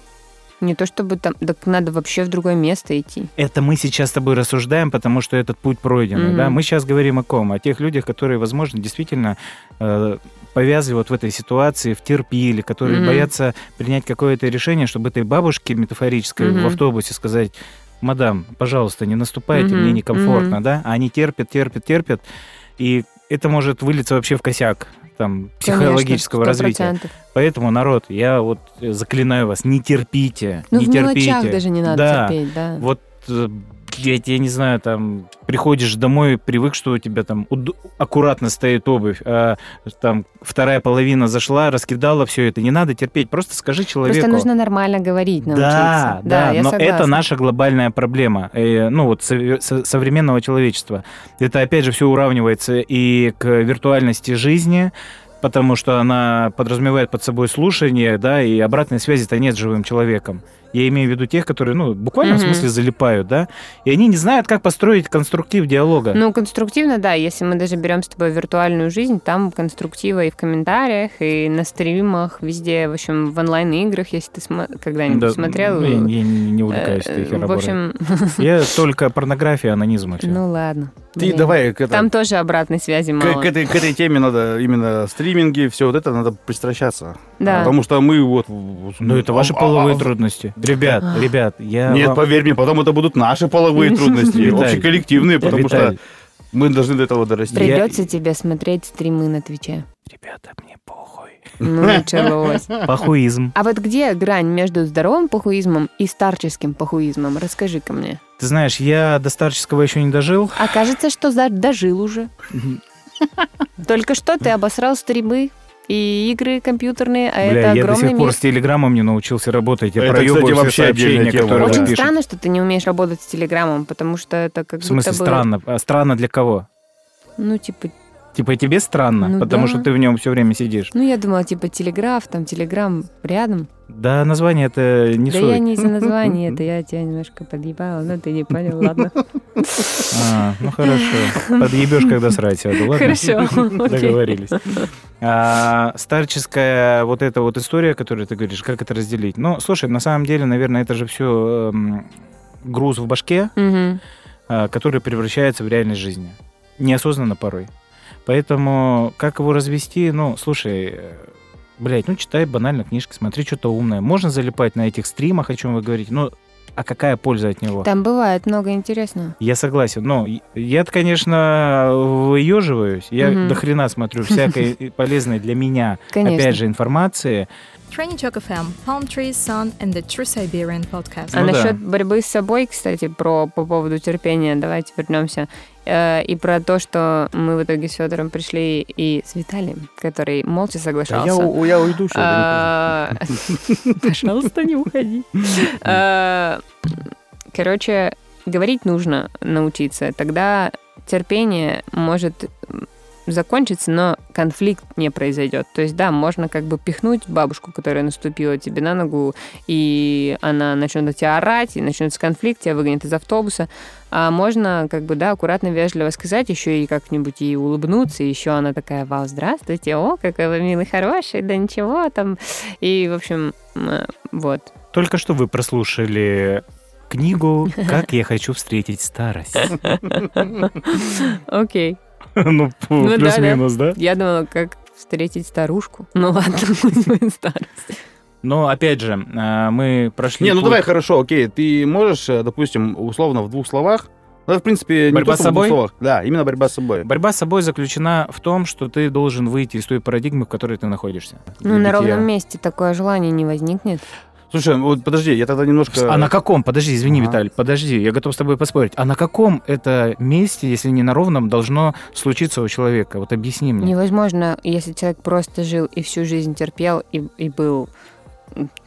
Не то чтобы там, так надо вообще в другое место идти.
Это мы сейчас с тобой рассуждаем, потому что этот путь пройден.
Мгм.
Да? Мы сейчас говорим о ком? О тех людях, которые, возможно, действительно э, повязли вот в этой ситуации, втерпили, которые
Мгм.
боятся принять какое-то решение, чтобы этой бабушке метафорической
Мгм.
в автобусе сказать, мадам, пожалуйста, не наступайте,
Мгм.
мне некомфортно, да? А они терпят, терпят, терпят, и это может вылиться вообще в косяк там, психологического
Конечно,
развития.
100%.
Поэтому, народ, я вот э, заклинаю вас, не терпите,
Ну,
не
в
терпите.
мелочах даже не надо
да.
терпеть, да.
Вот э, я тебе не знаю, там приходишь домой, привык, что у тебя там уд- аккуратно стоит обувь, а там вторая половина зашла, раскидала все это. Не надо терпеть, просто скажи человеку.
Просто нужно нормально говорить,
да, да,
научиться. я
но
согласна.
это наша глобальная проблема, э, ну вот со- со- современного человечества. Это опять же все уравнивается и к виртуальности жизни, потому что она подразумевает под собой слушание, да, и обратной связи-то нет с живым человеком. Я имею в виду тех, которые, ну, буквально в
Мгм.
смысле залипают, да, и они не знают, как построить конструктив диалога.
Ну, конструктивно, да, если мы даже берем с тобой виртуальную жизнь, там конструктива и в комментариях, и на стримах, везде, в общем, в онлайн-играх, если ты смо- когда-нибудь
Да,
смотрел.
ну, я, не- не не
э,
увлекаюсь этой
э, В
хероборой.
общем,
Я только порнография, анонизм и всё.
ну ладно.
Ты
блин.
давай к, это-
Там тоже обратной связи
к-
мало.
к этой, к этой теме надо именно стриминги, все вот это надо пристращаться.
Да.
Потому что мы вот... Ну
Ну, это ваши половые трудности. Ребят,
а.
ребят, я
а, Нет,
вам-
поверь мне, потом это будут наши половые трудности,
Виталий.
общеколлективные, потому что
Виталий,
мы должны до этого дорасти.
Привет.
Придется тебе смотреть стримы на Твиче.
Ребята, мне похуй.
Ну, началось.
Похуизм.
А вот где грань между здоровым похуизмом и старческим похуизмом? Расскажи-ка мне.
Ты знаешь, я до старческого еще не дожил.
А кажется, что за- дожил уже. Только что ты обосрал стримы и игры компьютерные, а
Бля,
это
я до
огромный
сих пор
мир.
с телеграммом не научился работать. Я
Это,
проебываю
кстати,
все
вообще
сообщения,
отдельная тема,
которые
Очень
вы пишете.
странно, что ты не умеешь работать с Телеграмом, потому что это как
В смысле
будто бы...
странно? А странно для кого?
Ну, типа,
Типа и тебе странно,
Ну
потому
да.
что ты в нем все время сидишь.
ну я думала, типа, Телеграф, там, Телеграм рядом.
Да, название это не
да
сует.
я не из-за названия, это я тебя немножко подъебала, но ты не понял, ладно.
А, ну хорошо. Подъебешь, когда срать сяду, ладно?
Хорошо, окей.
Договорились. А, старческая вот эта вот история, которую ты говоришь, как это разделить? Ну, слушай, на самом деле, наверное, это же все груз в башке,
Мгм.
а, который превращается в реальность жизни. Неосознанно порой. Поэтому как его развести? Ну, слушай, э, блядь, ну читай банально книжки, смотри что-то умное. Можно залипать на этих стримах, о чем вы говорите, но а какая польза от него?
Там бывает много интересного.
Я согласен. Но и- я-то, конечно, выеживаюсь. Я
Мгм.
до хрена смотрю всякой и полезной для меня,
Конечно.
опять же, информации.
Trainichalk FM, Palm Trees, Sun and the True Siberian Podcast.
А
Ну да.
насчет борьбы с собой, кстати, про по поводу терпения, давайте вернемся. Э, И про то, что мы в итоге с Федором пришли и с Виталием, который молча
Да я,
соглашался.
у- я уйду, что ли?
А, Пожалуйста, не уходи. А, Короче, говорить нужно научиться. Тогда терпение может закончится, но конфликт не произойдет. То есть, да, можно как бы пихнуть бабушку, которая наступила тебе на ногу, и она начнет на тебя орать, и начнется конфликт, тебя выгонят из автобуса. А можно, как бы, да, аккуратно, вежливо сказать, еще и как-нибудь и улыбнуться, и еще она такая, вау, здравствуйте, о, какой вы милый, хороший, да ничего там. И, в общем, э, вот.
Только что вы прослушали книгу «Как я хочу встретить старость».
Окей.
Ну,
Ну да, плюс-минус,
плюс-минус, да?
Я думала, как встретить старушку. Ну ладно, пусть будет старость.
Но, опять же, э, мы прошли...
Не, ну
путь-
давай, хорошо, окей. Ты можешь, э, допустим, условно в двух словах. Ну, в принципе,
Борьба
не то,
с
чтобы в двух
собой?
словах. Да, именно борьба с собой.
Борьба с собой заключена в том, что ты должен выйти из той парадигмы, в которой ты находишься.
Ну,
Для
на
битья.
ровном месте такое желание не возникнет.
Слушай, ну вот подожди, я тогда немножко...
А на каком? Подожди, извини,
Э, Ага.
Виталь, подожди, я готов с тобой поспорить. А на каком это месте, если не на ровном, должно случиться у человека? Вот объясни мне.
Невозможно, если человек просто жил и всю жизнь терпел и, и был...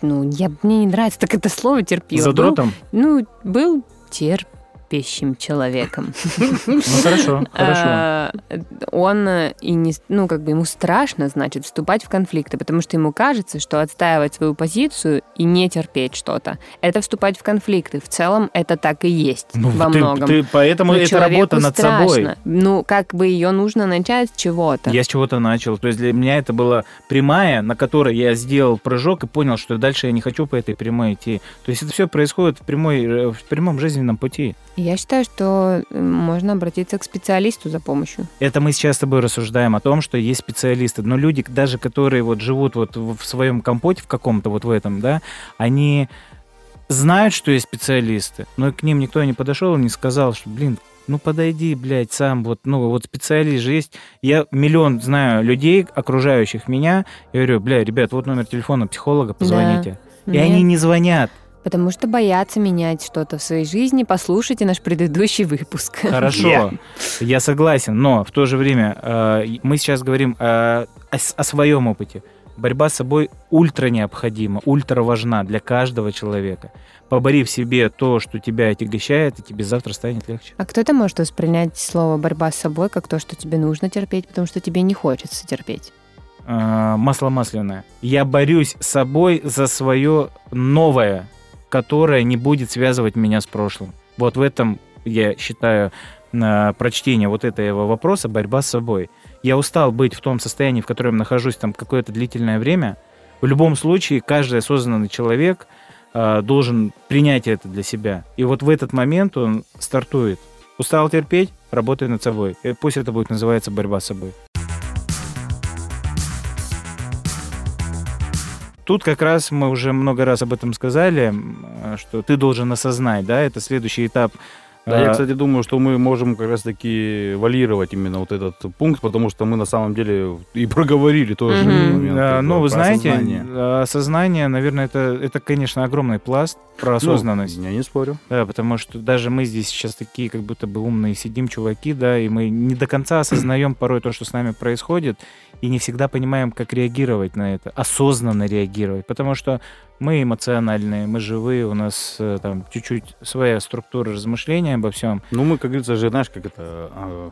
Ну, я, мне не нравится так это слово терпил.
Задротом?
Был- ну, был терпящим человеком.
Ну хорошо, хорошо.
А, Он э, и не, с- ну как бы ему страшно, значит, вступать в конфликты, потому что ему кажется, что отстаивать свою позицию и не терпеть что-то, это вступать в конфликты. В целом это так и есть
Ну,
во
ты-
многом.
ты- поэтому
Но
это
человеку
работа над
страшно.
собой.
Ну как бы ее нужно начать с чего-то.
Я с чего-то начал. То есть для меня это была прямая, на которой я сделал прыжок и понял, что дальше я не хочу по этой прямой идти. То есть это все происходит в, прямой, э, в прямом жизненном пути.
Я считаю, что э, можно обратиться к специалисту за помощью.
Это мы сейчас с тобой рассуждаем о том, что есть специалисты. Но люди, даже которые вот живут вот в в своем компоте, в каком-то вот в этом, да, они знают, что есть специалисты, но к ним никто не подошел и не сказал, что, блин, ну подойди, блядь, сам вот, ну вот специалист же есть. Я миллион знаю людей, окружающих меня, я говорю, бля, ребят, вот номер телефона психолога, позвоните. И
Нет.
они не звонят.
Потому что боятся менять что-то в своей жизни. Послушайте наш предыдущий выпуск.
Хорошо,
Я.
я согласен, но в то же время э, мы сейчас говорим э, о, с- о своем опыте. Борьба с собой ультра необходима, ультра важна для каждого человека. Поборив в себе то, что тебя отягощает, и тебе завтра станет легче.
А кто-то может воспринять слово «борьба с собой» как то, что тебе нужно терпеть, потому что тебе не хочется терпеть.
Э, масло масляное. Я борюсь с собой за свое новое, которое не будет связывать меня с прошлым. Вот в этом я считаю э, прочтение вот этого вопроса борьба с собой. Я устал быть в том состоянии, в котором нахожусь там какое-то длительное время. В любом случае, каждый осознанный человек э, должен принять это для себя. И вот в этот момент он стартует. Устал терпеть, работай над собой. Э, Пусть это будет называется борьба с собой. Тут как раз мы уже много раз об этом сказали, м, э, что ты должен осознать, да, это следующий этап.
Да, я,
э,
кстати, думаю, что мы можем как раз-таки валировать именно вот этот пункт, потому что мы на самом деле и проговорили тоже.
Мгм.
этот момент,
Да,
как бы,
ну, вы
про
знаете,
осознание.
э, осознание, наверное, это, это, конечно, огромный пласт про осознанность.
Ну, я не спорю.
Да, потому что даже мы здесь сейчас такие, как будто бы умные сидим, чуваки, да, и мы не до конца осознаем порой то, что с нами происходит, и не всегда понимаем, как реагировать на это, осознанно реагировать, потому что мы эмоциональные, мы живые, у нас э, там чуть-чуть своя структура размышления обо всем.
Ну, мы, как говорится, же, знаешь, как это... а,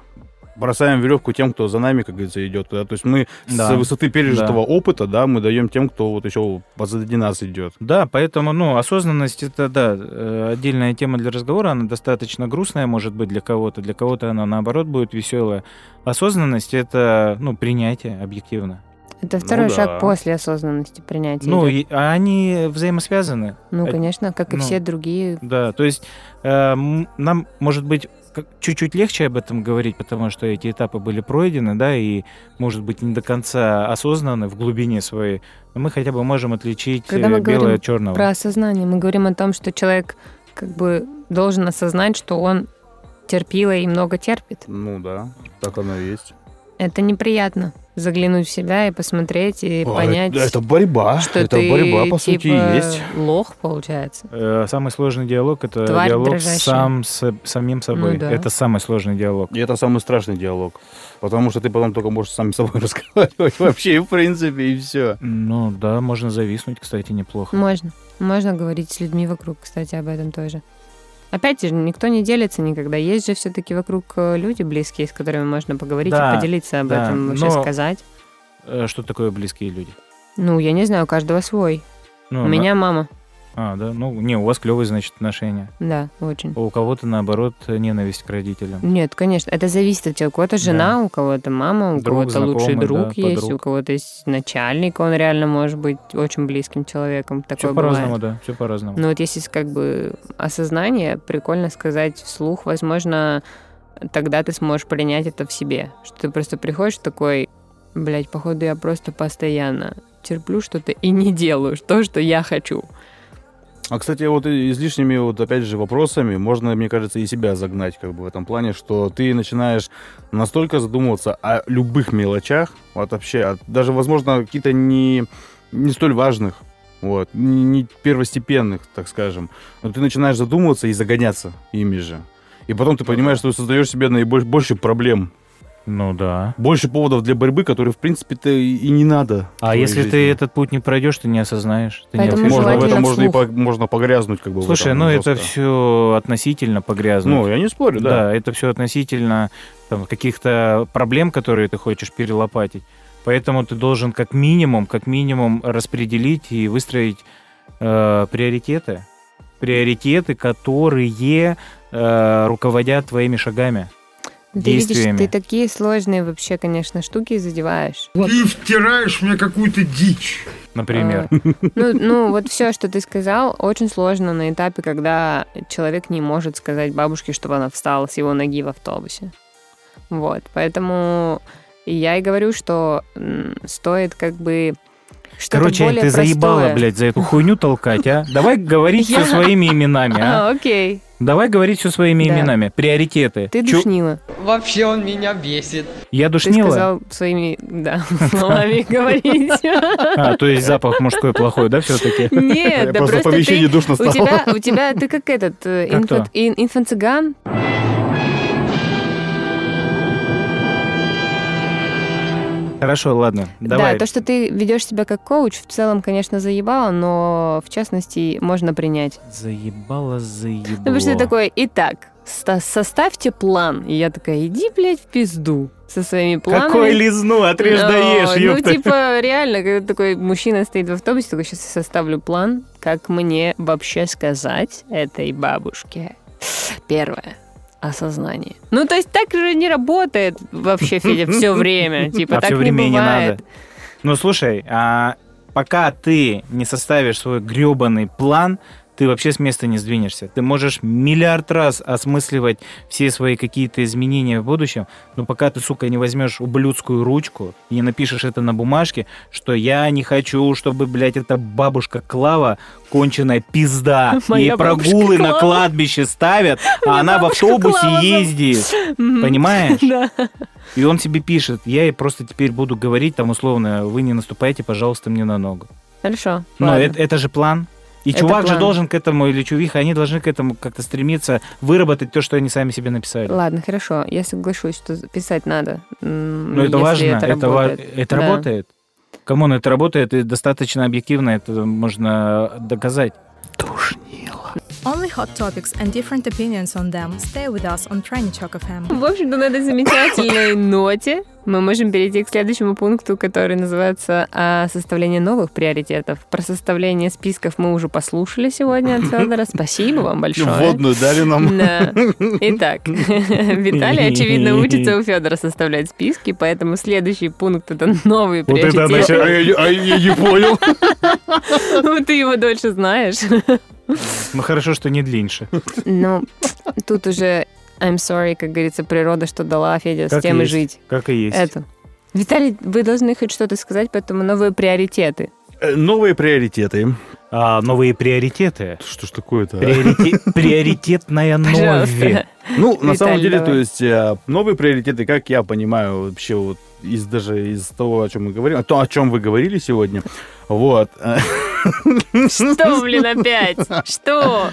Бросаем веревку тем, кто за нами, как говорится, идет. Да? То есть мы
Да.
с высоты пережитого опыта, да, мы даем тем, кто вот еще позади нас идет.
Да, поэтому, ну, осознанность это, да, э, отдельная тема для разговора, она достаточно грустная может быть для кого-то, для кого-то она, наоборот, будет веселая. Осознанность это, ну, принятие объективно.
Это второй
Ну да.
шаг после осознанности принятия.
Ну,
идет.
и- а они взаимосвязаны.
ну
э,
конечно, как и
ну.
все другие.
Да, то есть э, м, нам, может быть, как- чуть-чуть легче об этом говорить, потому что эти этапы были пройдены, да, и, может быть, не до конца осознаны в глубине своей, но мы хотя бы можем отличить
Когда мы
э, белое
говорим
от
Ну.
черного.
Про осознание. Мы говорим о том, что человек как бы должен осознать, что он терпила и много терпит.
Ну да, так оно и есть.
Это неприятно. Заглянуть в себя и посмотреть, и
А,
понять,
Это, это борьба.
что
это
ты
борьба, по
типа,
сути, и есть.
лох, получается.
Э, Самый сложный диалог это
Тварь
диалог
дрожащая. Ну
сам с самим собой.
да.
Это самый сложный диалог.
И это самый страшный диалог. Потому что ты потом только можешь сам с собой разговаривать вообще, в принципе, и все.
Ну да, можно зависнуть, кстати, неплохо.
Можно. Можно говорить с людьми вокруг, кстати, об этом тоже. Опять же, никто не делится никогда. Есть же все-таки вокруг э, люди близкие, с которыми можно поговорить
Да,
и поделиться об
да,
этом, вообще
но-
сказать.
Э, Что такое близкие люди?
Ну, я не знаю, у каждого свой.
Ну,
у
на-
меня мама.
А, да. Ну, не, у вас клевые, значит, отношения.
Да, очень.
А У кого-то, наоборот, ненависть к родителям.
Нет, конечно, это зависит от тебя. У кого-то жена, у кого-то мама, у
Друг,
кого-то лучший
знакомый,
друг
да,
есть,
подруг.
у кого-то есть начальник, он реально может быть очень близким человеком. Такое
Все
бывает. Ну.
по-разному, да. Все по-разному.
Но вот если с- как бы осознание, прикольно сказать вслух, возможно, тогда ты сможешь принять это в себе. Что ты просто приходишь такой, блядь, походу я просто постоянно терплю что-то и не делаю то, что я хочу.
А, кстати, вот и- излишними, вот опять же, вопросами можно, мне кажется, и себя загнать как бы в этом плане, что ты начинаешь настолько задумываться о любых мелочах, вот вообще, от- даже, возможно, какие-то не, не столь важных, вот, не, не первостепенных, так скажем, но ты начинаешь задумываться и загоняться ими же. И потом ты понимаешь, что создаешь себе наибольш- больше проблем,
Ну да.
больше поводов для борьбы, которые, в принципе-то, и и не надо. в
А
твоей
если
жизни.
ты этот путь не пройдешь, ты не осознаешь. Ты не
Поэтому
ответишь.
Можно в
желательно
этом можно, и
вслух.
по- можно погрязнуть, как бы. в
Слушай,
этом
ну это
жестко.
все относительно погрязнуть.
Ну, я не спорю, да.
да. это все относительно там, каких-то проблем, которые ты хочешь перелопатить. Поэтому ты должен как минимум, как минимум распределить и выстроить э, приоритеты. Приоритеты, которые э, руководят твоими шагами.
Ну, Ты видишь,
Действиями.
ты такие сложные вообще, конечно, штуки задеваешь.
Ты втираешь мне какую-то дичь.
Например.
А, Ну, ну, вот все, что ты сказал, очень сложно на этапе, когда человек не может сказать бабушке, чтобы она встала с его ноги в автобусе. Вот, поэтому я и говорю, что м, стоит как бы что-то
Короче, Ань,
более
ты заебала,
простое.
блядь, за эту хуйню толкать, а? Давай говорить все своими именами, а?
А, окей,
Давай говорить все своими
Да.
именами. Приоритеты.
ты
Чё-
душнила.
Вообще он меня бесит.
Я
Ты
душнила?
сказал своими, да, словами говорить.
А, то есть запах мужской плохой, да, все-таки?
Нет, да просто
в помещении
ты
душно
У
стало.
тебя, у тебя, ты как этот, э,
Как
инфа-
кто?
ин- инфо-цыган?
Хорошо, ладно, давай.
Да, то, что ты ведешь себя как коуч, в целом, конечно, заебало, но в частности можно принять.
Заебало, заебало.
Ну, потому что ты такой, итак, ста- составьте план. И я такая, иди, блядь, в пизду со своими планами.
Какой лизну, отрежь
Но,
даешь,
Ну,
ёпта.
типа, реально, когда такой мужчина стоит в автобусе, такой, сейчас я составлю план, как мне вообще сказать этой бабушке. Первое. Осознание. Ну, то есть так же не работает вообще, Федя, все время. Типа,
А
так
все время
не
не
бывает.
надо. Ну, слушай, а пока ты не составишь свой гребаный план, ты вообще с места не сдвинешься. Ты можешь миллиард раз осмысливать все свои какие-то изменения в будущем, но пока ты, сука, не возьмешь ублюдскую ручку и не напишешь это на бумажке, что я не хочу, чтобы, блядь, эта бабушка Клава конченая пизда.
Моя
Ей
бабушка
прогулы на
Клава.
кладбище ставят, а она в автобусе
Клава зовут.
ездит.
Мгм.
Понимаешь?
Да.
И он тебе пишет, я ей просто теперь буду говорить там условно, вы не наступайте, пожалуйста, мне на ногу.
Хорошо.
Но
ладно.
это, это же план. И
Это
чувак же
план.
должен к этому, или чувиха, они должны к этому как-то стремиться выработать то, что они сами себе написали.
Ладно, хорошо. Я соглашусь, что писать надо. Но
Но Ну, это важно, это, ва- это
Да.
работает. Камон, это работает, и достаточно объективно это можно доказать.
Only hot topics and different opinions on them. Stay with us on Training Talk FM.
В общем-то, на этой замечательной ноте мы можем перейти к следующему пункту, который называется а, «Составление новых приоритетов». Про составление списков мы уже послушали сегодня от Федора. Спасибо
Ну,
вам большое.
Водную дали нам.
Да. Итак, Виталий, очевидно, учится у Федора составлять списки, поэтому следующий пункт это новые приоритеты.
А я не понял.
Ну, ты его дольше знаешь.
Ну хорошо, что не длиннее.
Ну, тут уже I'm sorry, как говорится, природа, что дала Федя, с
Как
тем
есть.
и жить.
Как и есть.
Это. Виталий, вы должны хоть что-то сказать, поэтому новые приоритеты.
Э, Новые приоритеты.
А, новые приоритеты.
Что ж такое-то? а?
Приорите- Приоритетная нове.
Пожалуйста.
Ну, на
Виталий,
самом деле,
давай.
то есть, э, новые приоритеты, как я понимаю, вообще вот из даже из того, о чем мы говорим, а то, о чем вы говорили сегодня, вот, э,
Что, блин, опять? Что?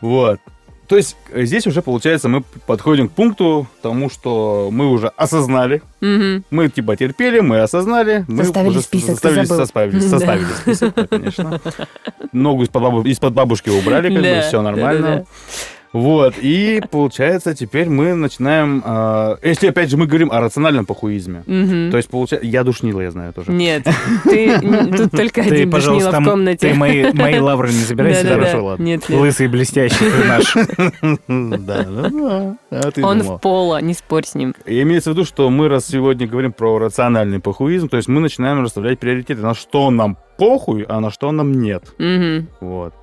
вот. То есть э, здесь уже, получается, мы подходим к пункту тому, что мы уже осознали,
Мгм.
мы типа терпели, мы осознали, мы
Составили
уже
список, ты
составили,
забыл.
составили,
Да.
составили список, да, конечно. Ногу из-под, бабу- из-под бабушки убрали, как бы
Да,
все нормально.
да-да-да.
Вот, и получается, теперь мы начинаем... э, если, опять же, мы говорим о рациональном похуизме,
Мгм.
то есть, получается... Я душнила, я знаю тоже.
Нет, ты н- тут только
Ты,
один душнила
пожалуйста,
в
м-
комнате.
ты мои, мои лавры не забирай
Да-да-да.
себе.
хорошо, ладно.
Нет, нет.
Лысый, блестящий, ты наш.
Да, да, да. А ты
Он
думала.
в поло, не спорь с ним.
И Имеется в виду, что мы раз сегодня говорим про рациональный похуизм, то есть мы начинаем расставлять приоритеты, на что нам похуй, а на что нам нет.
Мгм.
Вот.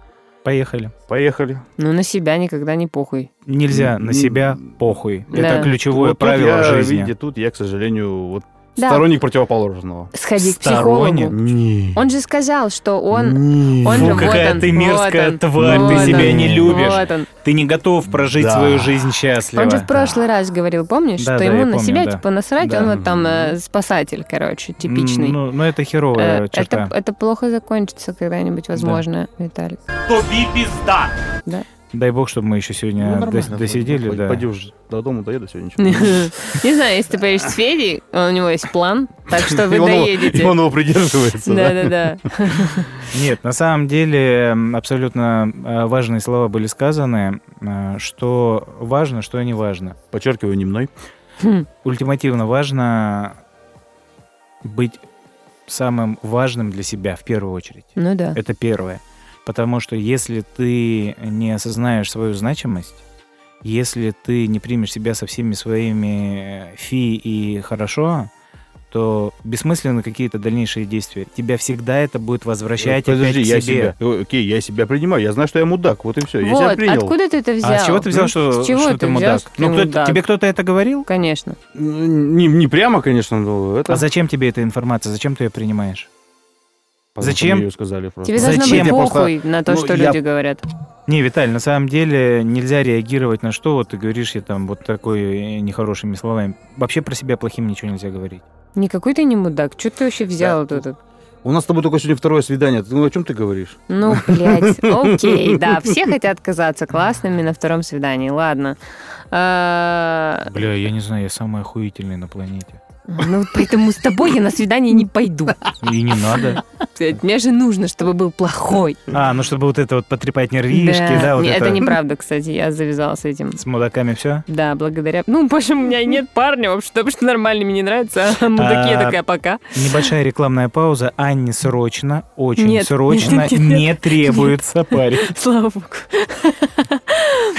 Поехали.
Поехали.
Ну, на себя никогда не похуй.
Нельзя на
М,
себя похуй.
Да.
Это ключевое
Вот тут
правило
я,
жизни.
видите, тут я, к сожалению, вот
Да.
сторонник противоположного.
Сходи к
Сторонний?
психологу.
Не.
Он же сказал, что он...
Не.
Он же
Фу, какая
вот он,
ты мерзкая
вот он,
тварь, ты
вот
себя
он,
не любишь.
Вот он.
Ты не готов прожить
Да.
свою жизнь счастливо.
Он же в прошлый раз говорил, помнишь,
Да,
что
да,
ему
я
на
помню,
себя
да.
типа насрать,
Да.
он вот там э, спасатель, короче, типичный.
М, Ну, ну, это
Э,
херовая черта.
это, это плохо закончится когда-нибудь, возможно, Виталик.
Дай бог, чтобы мы еще
Ну,
сегодня дос-
нормально.
досидели.
Хоть
да.
Пойди уже до дома доеду сегодня. ничего.
Не знаю, если ты поедешь с Федей, он- у него есть план, так что вы
И он его- И он
доедете.
его придерживается. да?
Да-да-да.
Нет, на самом деле м, абсолютно э, важные слова были сказаны, э, что важно, что не важно.
Подчеркиваю, не мной.
Хм,
Ультимативно важно быть самым важным для себя в первую очередь.
Ну да.
Это первое. Потому что если ты не осознаешь свою значимость, если ты не примешь себя со всеми своими э, фи и хорошо, то бессмысленны какие-то дальнейшие действия. Тебя всегда это будет возвращать
Э, Подожди,
опять к
я
себе.
себя. Э, Окей, я себя принимаю. Я знаю, что я мудак. Вот и все. Я себя
Вот,
принял.
откуда ты это взял?
А с чего ты взял,
М?
что,
С чего
что
ты
ты
взял,
мудак?
что ты
ну, кто-
мудак?
тебе кто-то это говорил?
Конечно.
Н- Ну, Не, не прямо, конечно, но это...
А зачем тебе эта информация? Зачем ты ее принимаешь?
Потому что
зачем?
мне её сказали просто.
Тебе должно
Зачем?
быть
Я просто-
похуй на то,
Ну,
что
я-
люди говорят.
Не, Виталь, на самом деле нельзя реагировать на что, вот ты говоришь я там вот такой э, нехорошими словами. Вообще про себя плохим ничего нельзя говорить.
Никакой ты не мудак. Что ты вообще взял вот это?
У нас с тобой только сегодня второе свидание. Ты, ну, о чем ты говоришь?
Ну, блядь, окей, да, все хотят казаться классными на втором свидании, ладно. А,
Бля, я не знаю, я самый охуительный на планете.
Ну, поэтому с тобой я на свидание не пойду.
И не надо.
Блядь, мне же нужно, чтобы был плохой.
А, ну чтобы вот это вот потрепать нервишки, да, вот
Не,
это.
это неправда, кстати, я завязала с этим.
С мудаками все?
Да, благодаря... Ну, боже, у меня и нет парня вообще, потому что нормально мне не нравится, а мудаки я
А,
такая пока.
Небольшая рекламная пауза. Анне срочно, очень
Нет,
срочно
нет, нет, нет.
не требуется парень.
Слава богу.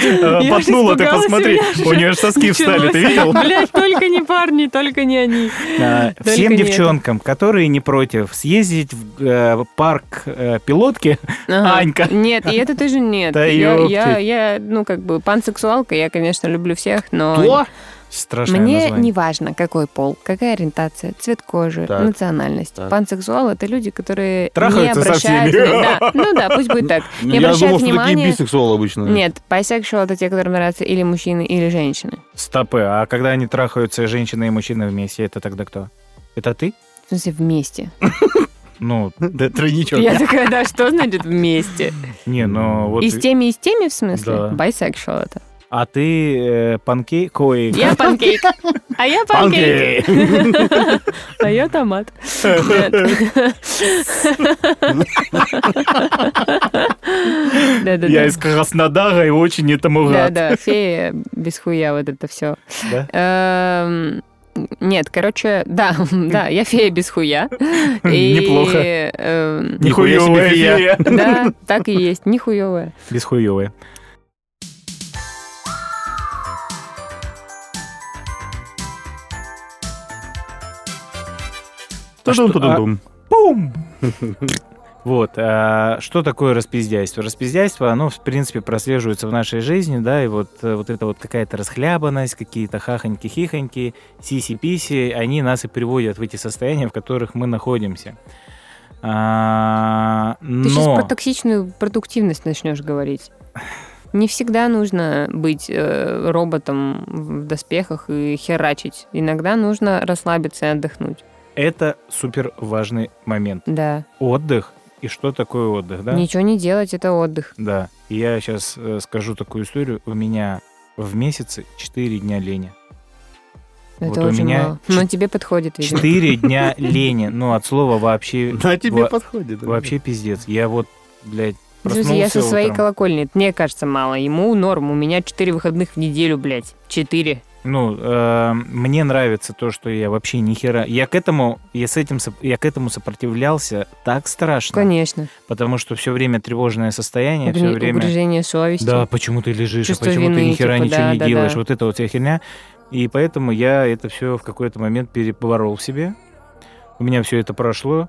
Э,
Я аж
Потнула, ты
испугалась,
посмотри.
у меня
У
же
нее же соски встали, ты
Началось.
видел?
Блядь, только не парни, только не они.
А,
Только
Всем
не
девчонкам, которые не против, съездить в э, парк э, пилотки.
Ага.
Анька.
Нет, и это тоже нет.
Да
я,
ёпти.
я, я, ну, как бы пансексуалка, я, конечно, люблю всех, но
Страшное
мне не
название.
важно, какой пол, какая ориентация, цвет кожи,
Так.
национальность.
Так.
Пансексуалы — это люди, которые не
Трахаются со
обращают...
всеми.
вни- Да, ну да, пусть будет так.
я
Не
думал,
обращают
что такие
внимания...
бисексуалы обычно.
Нет, bisexual — это те, которым нравятся или мужчины, или женщины.
Стопы. А когда они трахаются, женщина и мужчина вместе, это тогда кто? Это ты?
В смысле, вместе.
Ну,
Да тройничок.
Я такая, да, что значит вместе?
не, ну вот.
И с теми, и с теми, в смысле?
Да.
Bisexual это.
А ты э, панкейк? Ой,
Я панкейк. А я панкейк. А я томат. Нет.
Я из
Да-да-да.
Краснодара и очень этому рад.
Да-да, фея без хуя, вот это все.
Да?
Нет, короче, да, да, я фея без хуя. И,
Неплохо.
эм,
Нихуя себе
Нихуевая
фея.
фея.
Да, так и есть, нихуевая.
Бесхуевая.
А Тудум-тудум-тудум.
Бум! Вот. а что такое распиздяйство? Распиздяйство, оно, в принципе, прослеживается в нашей жизни, да, и вот, э, вот это вот какая-то расхлябанность, какие-то хахоньки-хихоньки, сиси-писи, они нас и приводят в эти состояния, в которых мы находимся. А,
Ты сейчас
но...
про токсичную продуктивность начнешь говорить. Не всегда нужно быть э, роботом в доспехах и херачить. Иногда нужно расслабиться и отдохнуть.
Это супер важный момент.
Да.
Отдых и что такое отдых, да?
Ничего не делать, это отдых.
Да. И я сейчас скажу такую историю. У меня в месяце 4 дня лени.
Это
Вот у
очень
меня
мало. Но тебе подходит, видимо.
4 дня лени. Ну, от слова вообще...
На А, тебе
во-
подходит.
Вообще пиздец. Я вот, блядь,
В смысле, я со
проснулся
своей
утром.
колокольни. Это Мне кажется, мало. Ему норм. У меня четыре выходных в неделю, блядь. Четыре.
Ну, э, мне нравится то, что я вообще ни хера... Я к этому, я с этим, соп- я к этому сопротивлялся так страшно.
Конечно.
Потому что все время тревожное состояние, все
Угры-
время...
Угрызение совести.
Да, почему ты лежишь, а
Чувство
почему ты
вины,
ни хера
типа,
ничего
да,
не
да,
делаешь,
да.
вот это вот вся херня. И поэтому я это все в какой-то момент переборол в себе. У меня все это прошло.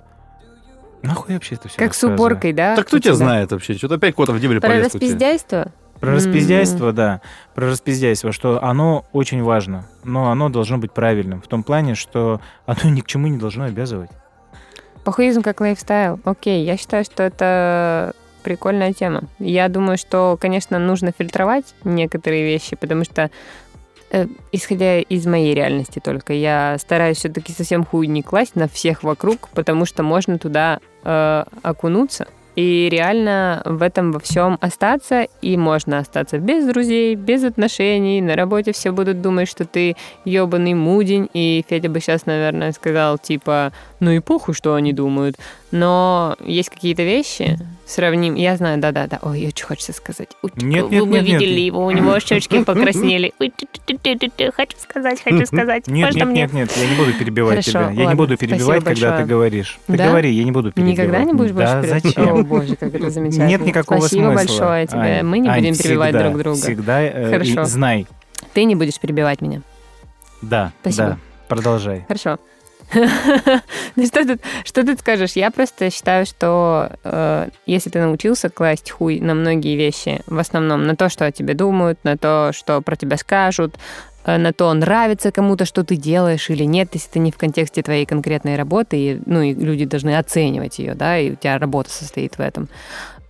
Нахуй я вообще это все
Как с уборкой, да?
Так кто
у
тебя
тебя?
знает вообще? Что-то опять куда-то в дебри
Про
полез у тебя.
распиздяйство?
Про
М.
распиздяйство, да. Про распиздяйство, что оно очень важно, но оно должно быть правильным. В том плане, что оно ни к чему не должно обязывать.
Похуизм как лайфстайл. Окей, я считаю, что это прикольная тема. Я думаю, что, конечно, нужно фильтровать некоторые вещи, потому что, э, исходя из моей реальности только, я стараюсь все-таки совсем хуй не класть на всех вокруг, потому что можно туда э, окунуться. И реально в этом во всем остаться, и можно остаться без друзей, без отношений. На работе все будут думать, что ты ебаный мудень, и Федя бы сейчас, наверное, сказал, типа, ну и похуй, что они думают. Но есть какие-то вещи сравним. Я знаю, да-да-да. Ой, я очень хочется сказать. Ой,
Нет,
вы
нет,
бы
нет, нет.
видели его, у него щечки покраснели. Ой, ты-ты-ты-ты-ты, хочу сказать, хочу сказать.
Нет,
Можно
нет,
мне?
нет, нет, я не буду перебивать
Хорошо,
тебя. Я не
ладно,
буду перебивать,
спасибо
когда
большое.
ты говоришь. Ты
Да?
говори, я не буду перебивать.
Никогда не будешь больше
Да
перебивать?
зачем?
О, боже, как это замечательно.
Нет никакого
Спасибо
смысла.
большое тебе.
Ань,
Мы не
Ань,
будем перебивать
всегда,
друг друга.
Всегда э,
Хорошо.
и знай.
Ты не будешь перебивать меня.
Да,
Спасибо.
да. Продолжай.
Хорошо. Ну что тут, что тут скажешь? Я просто считаю, что э, если ты научился класть хуй на многие вещи, в основном на то, что о тебе думают, на то, что про тебя скажут, э, на то, нравится кому-то, что ты делаешь или нет, если ты не в контексте твоей конкретной работы, и, ну и люди должны оценивать ее, да, и у тебя работа состоит в этом.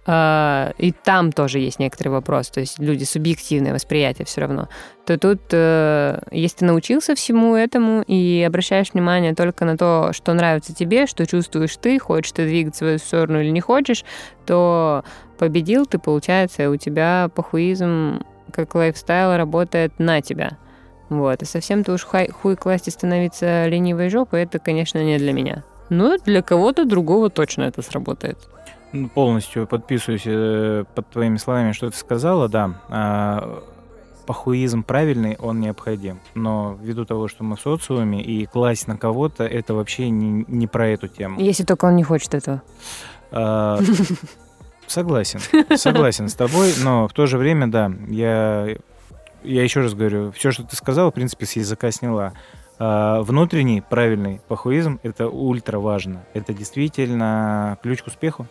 Э, и там тоже есть некоторый вопрос, то есть люди субъективное восприятие все равно то тут, э, если ты научился всему этому и обращаешь внимание только на то, что нравится тебе, что чувствуешь ты, хочешь ты двигаться в эту сторону или не хочешь, то победил ты, получается, и у тебя похуизм как лайфстайл работает на тебя. Вот, и совсем ты уж хай- хуй класть и становиться ленивой жопой, это, конечно, не для меня. Но для кого-то другого точно это сработает.
Ну, Полностью подписываюсь э, под твоими словами, что ты сказала, да. А, Похуизм правильный, он необходим. Но ввиду того, что мы в социуме, и класть на кого-то, это вообще не, не про эту тему.
Если только он не хочет этого.
А, Согласен, согласен с тобой, но в то же время, да, я, я еще раз говорю, все, что ты сказала, в принципе, с языка сняла. А, Внутренний правильный похуизм – это ультра важно. Это действительно ключ к успеху.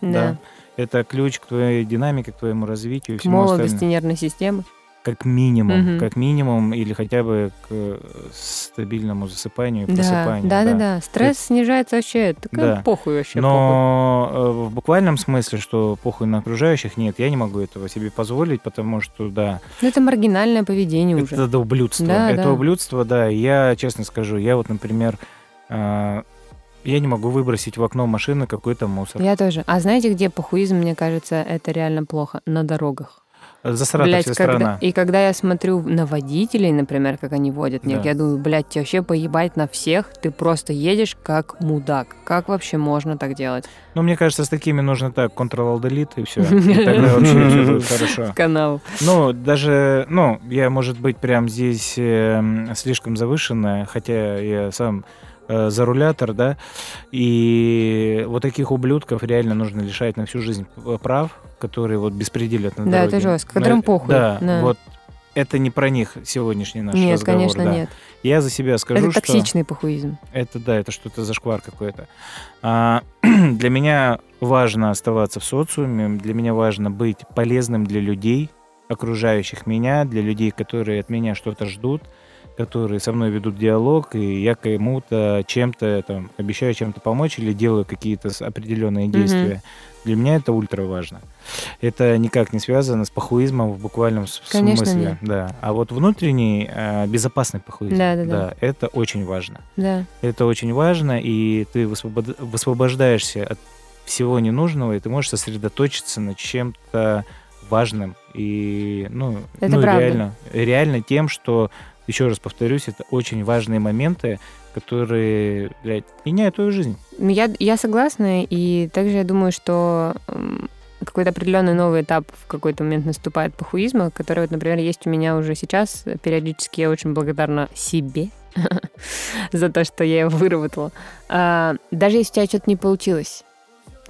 Это ключ к твоей динамике, к твоему развитию и
К
всему
молодости
остальному.
нервной системы.
Как минимум,
Мгм.
как минимум, или хотя бы к э, стабильному засыпанию и
Да,
просыпанию.
да, да, да. Стресс снижается вообще. Так
Да.
похуй вообще.
Но э, в буквальном смысле, что похуй на окружающих, нет, я не могу этого себе позволить, потому что, да,
похуй. Ну, это маргинальное поведение уже.
это до ублюдство.
Да,
это
да.
ублюдство, да. и Я честно скажу, я вот, например, э, я не могу выбросить в окно машины какой-то мусор.
Я тоже. А знаете, где похуизм, мне кажется, это реально плохо? На дорогах.
Засрата
Блядь,
вся
когда-
страна.
И когда я смотрю на водителей, например, как они водят, нет,
Да.
я думаю, блядь, тебе вообще поебать на всех, ты просто едешь как мудак. Как вообще можно так делать?
Ну, мне кажется, с такими нужно так, Ctrl-Alt Delete и все. И тогда вообще все будет хорошо.
Канал.
Ну, даже, ну, я, может быть, прям здесь эм, слишком завышенная, хотя я сам э, зарулятор, да, и вот таких ублюдков реально нужно лишать на всю жизнь п- прав, которые вот беспределят на
Да,
дороге.
это жестко,
Но
которым
э,
похуй,
Да,
да.
вот это не про них сегодняшний наш
Нет,
разговор.
конечно,
да.
нет.
Я за себя скажу,
это
что...
токсичный похуизм.
Это да, это что-то зашквар какой-то. А, для меня важно оставаться в социуме, для меня важно быть полезным для людей, окружающих меня, для людей, которые от меня что-то ждут, которые со мной ведут диалог, и я кому-то чем-то там обещаю чем-то помочь или делаю какие-то с- определенные действия. Для меня это ультра важно. Это никак не связано с похуизмом в буквальном с-
Конечно,
смысле.
нет.
Да. А вот внутренний э, безопасный похуизм,
Да-да-да.
да, это очень важно.
Да.
Это очень важно, и ты высвобод- высвобождаешься от всего ненужного, и ты можешь сосредоточиться на чем-то важным. И, ну,
Это
ну,
правда.
реально, реально тем, что, еще раз повторюсь, это очень важные моменты, которые, блядь, меняют твою жизнь.
Ну, Я, я согласна, и также я думаю, что м, какой-то определенный новый этап в какой-то момент наступает пахуизма, который, вот, например, есть у меня уже сейчас. Периодически я очень благодарна себе за то, что я его выработала. А, Даже если у тебя что-то не получилось,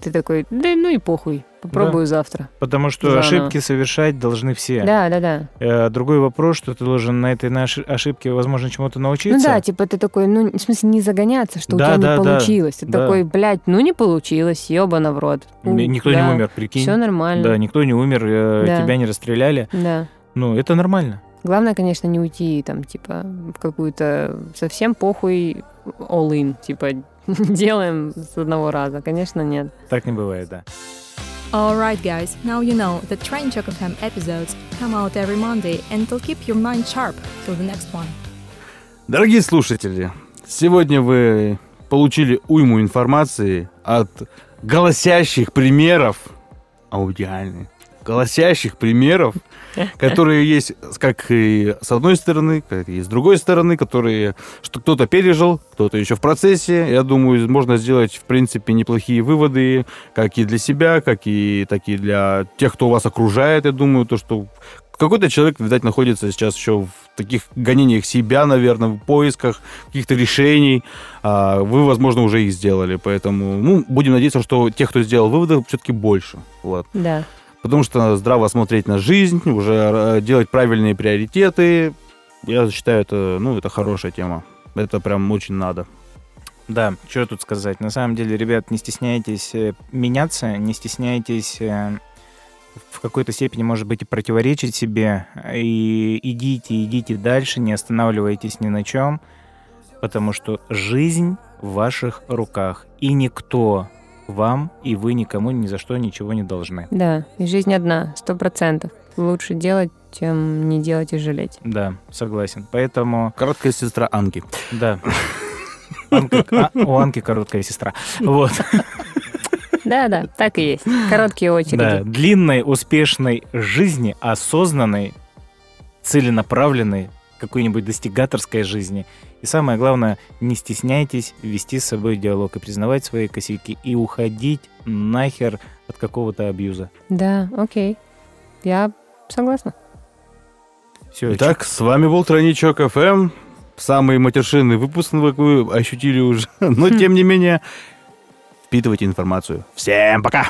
ты такой, да ну и похуй, попробую завтра.
Потому что
Заново.
ошибки совершать должны все.
ну. Да, да, да.
Э, Другой вопрос, что ты должен на этой нашей ошибке, возможно, чему-то
Ну
научиться.
да, типа ты такой, ну, в смысле, не загоняться, что
Да,
у тебя
да,
не
да,
получилось. Ты
да.
такой, блядь, ну не получилось, ёбана в рот.
Н- Никто не умер, прикинь.
Все типа, нормально.
Да, никто не умер, э,
Да.
тебя не расстреляли.
Да.
Ну, это нормально.
Главное, конечно, не уйти там, типа, в какую-то совсем похуй all in, типа, делаем с одного раза. Конечно, нет.
Так не бывает, да.
Alright, guys, now you know the Train Chock FM episodes come out every Monday and it'll keep your mind sharp till the next one.
Дорогие слушатели, сегодня вы получили уйму информации от голосящих примеров, аудиальные, голосящих примеров, которые есть с- как и с одной стороны, как и с другой стороны, которые что кто-то пережил, кто-то еще в процессе. Я думаю, можно сделать, в принципе, неплохие выводы, как и для себя, как и такие для тех, кто вас окружает. Я думаю, то, что какой-то человек, видать, находится сейчас еще в таких гонениях себя, наверное, в поисках каких-то решений. А вы, возможно, уже их сделали. Поэтому ну, будем надеяться, что тех, кто сделал выводы, все-таки больше. Вот.
Да.
Потому что здраво смотреть на жизнь, уже э, делать правильные приоритеты. Я считаю, это, ну, это хорошая тема. Это прям очень надо.
Да, что тут сказать. На самом деле, ребят, не стесняйтесь э, меняться, не стесняйтесь э, в какой-то степени, может быть, и противоречить себе. И идите, идите дальше, не останавливайтесь ни на чем, потому что жизнь в ваших руках. И никто вам и вы никому ни за что ничего не должны.
Да. И жизнь одна, сто процентов. Лучше делать, чем не делать и жалеть.
Да, согласен. Поэтому,
Короткая сестра Анки.
да. Анка- а, у Анки короткая сестра. Вот.
Да-да, так и есть. Короткие
Да,
очереди.
длинной, успешной жизни, осознанной, целенаправленной, какой-нибудь достигаторской жизни. И самое главное, не стесняйтесь вести с собой диалог и признавать свои косяки и уходить нахер от какого-то абьюза.
Да, окей. Я согласна.
Все,
Итак, с вами был Тройничок FM. Самый матершинный выпуск, ну, как вы ощутили уже. Но, тем не менее, впитывайте информацию. Всем пока!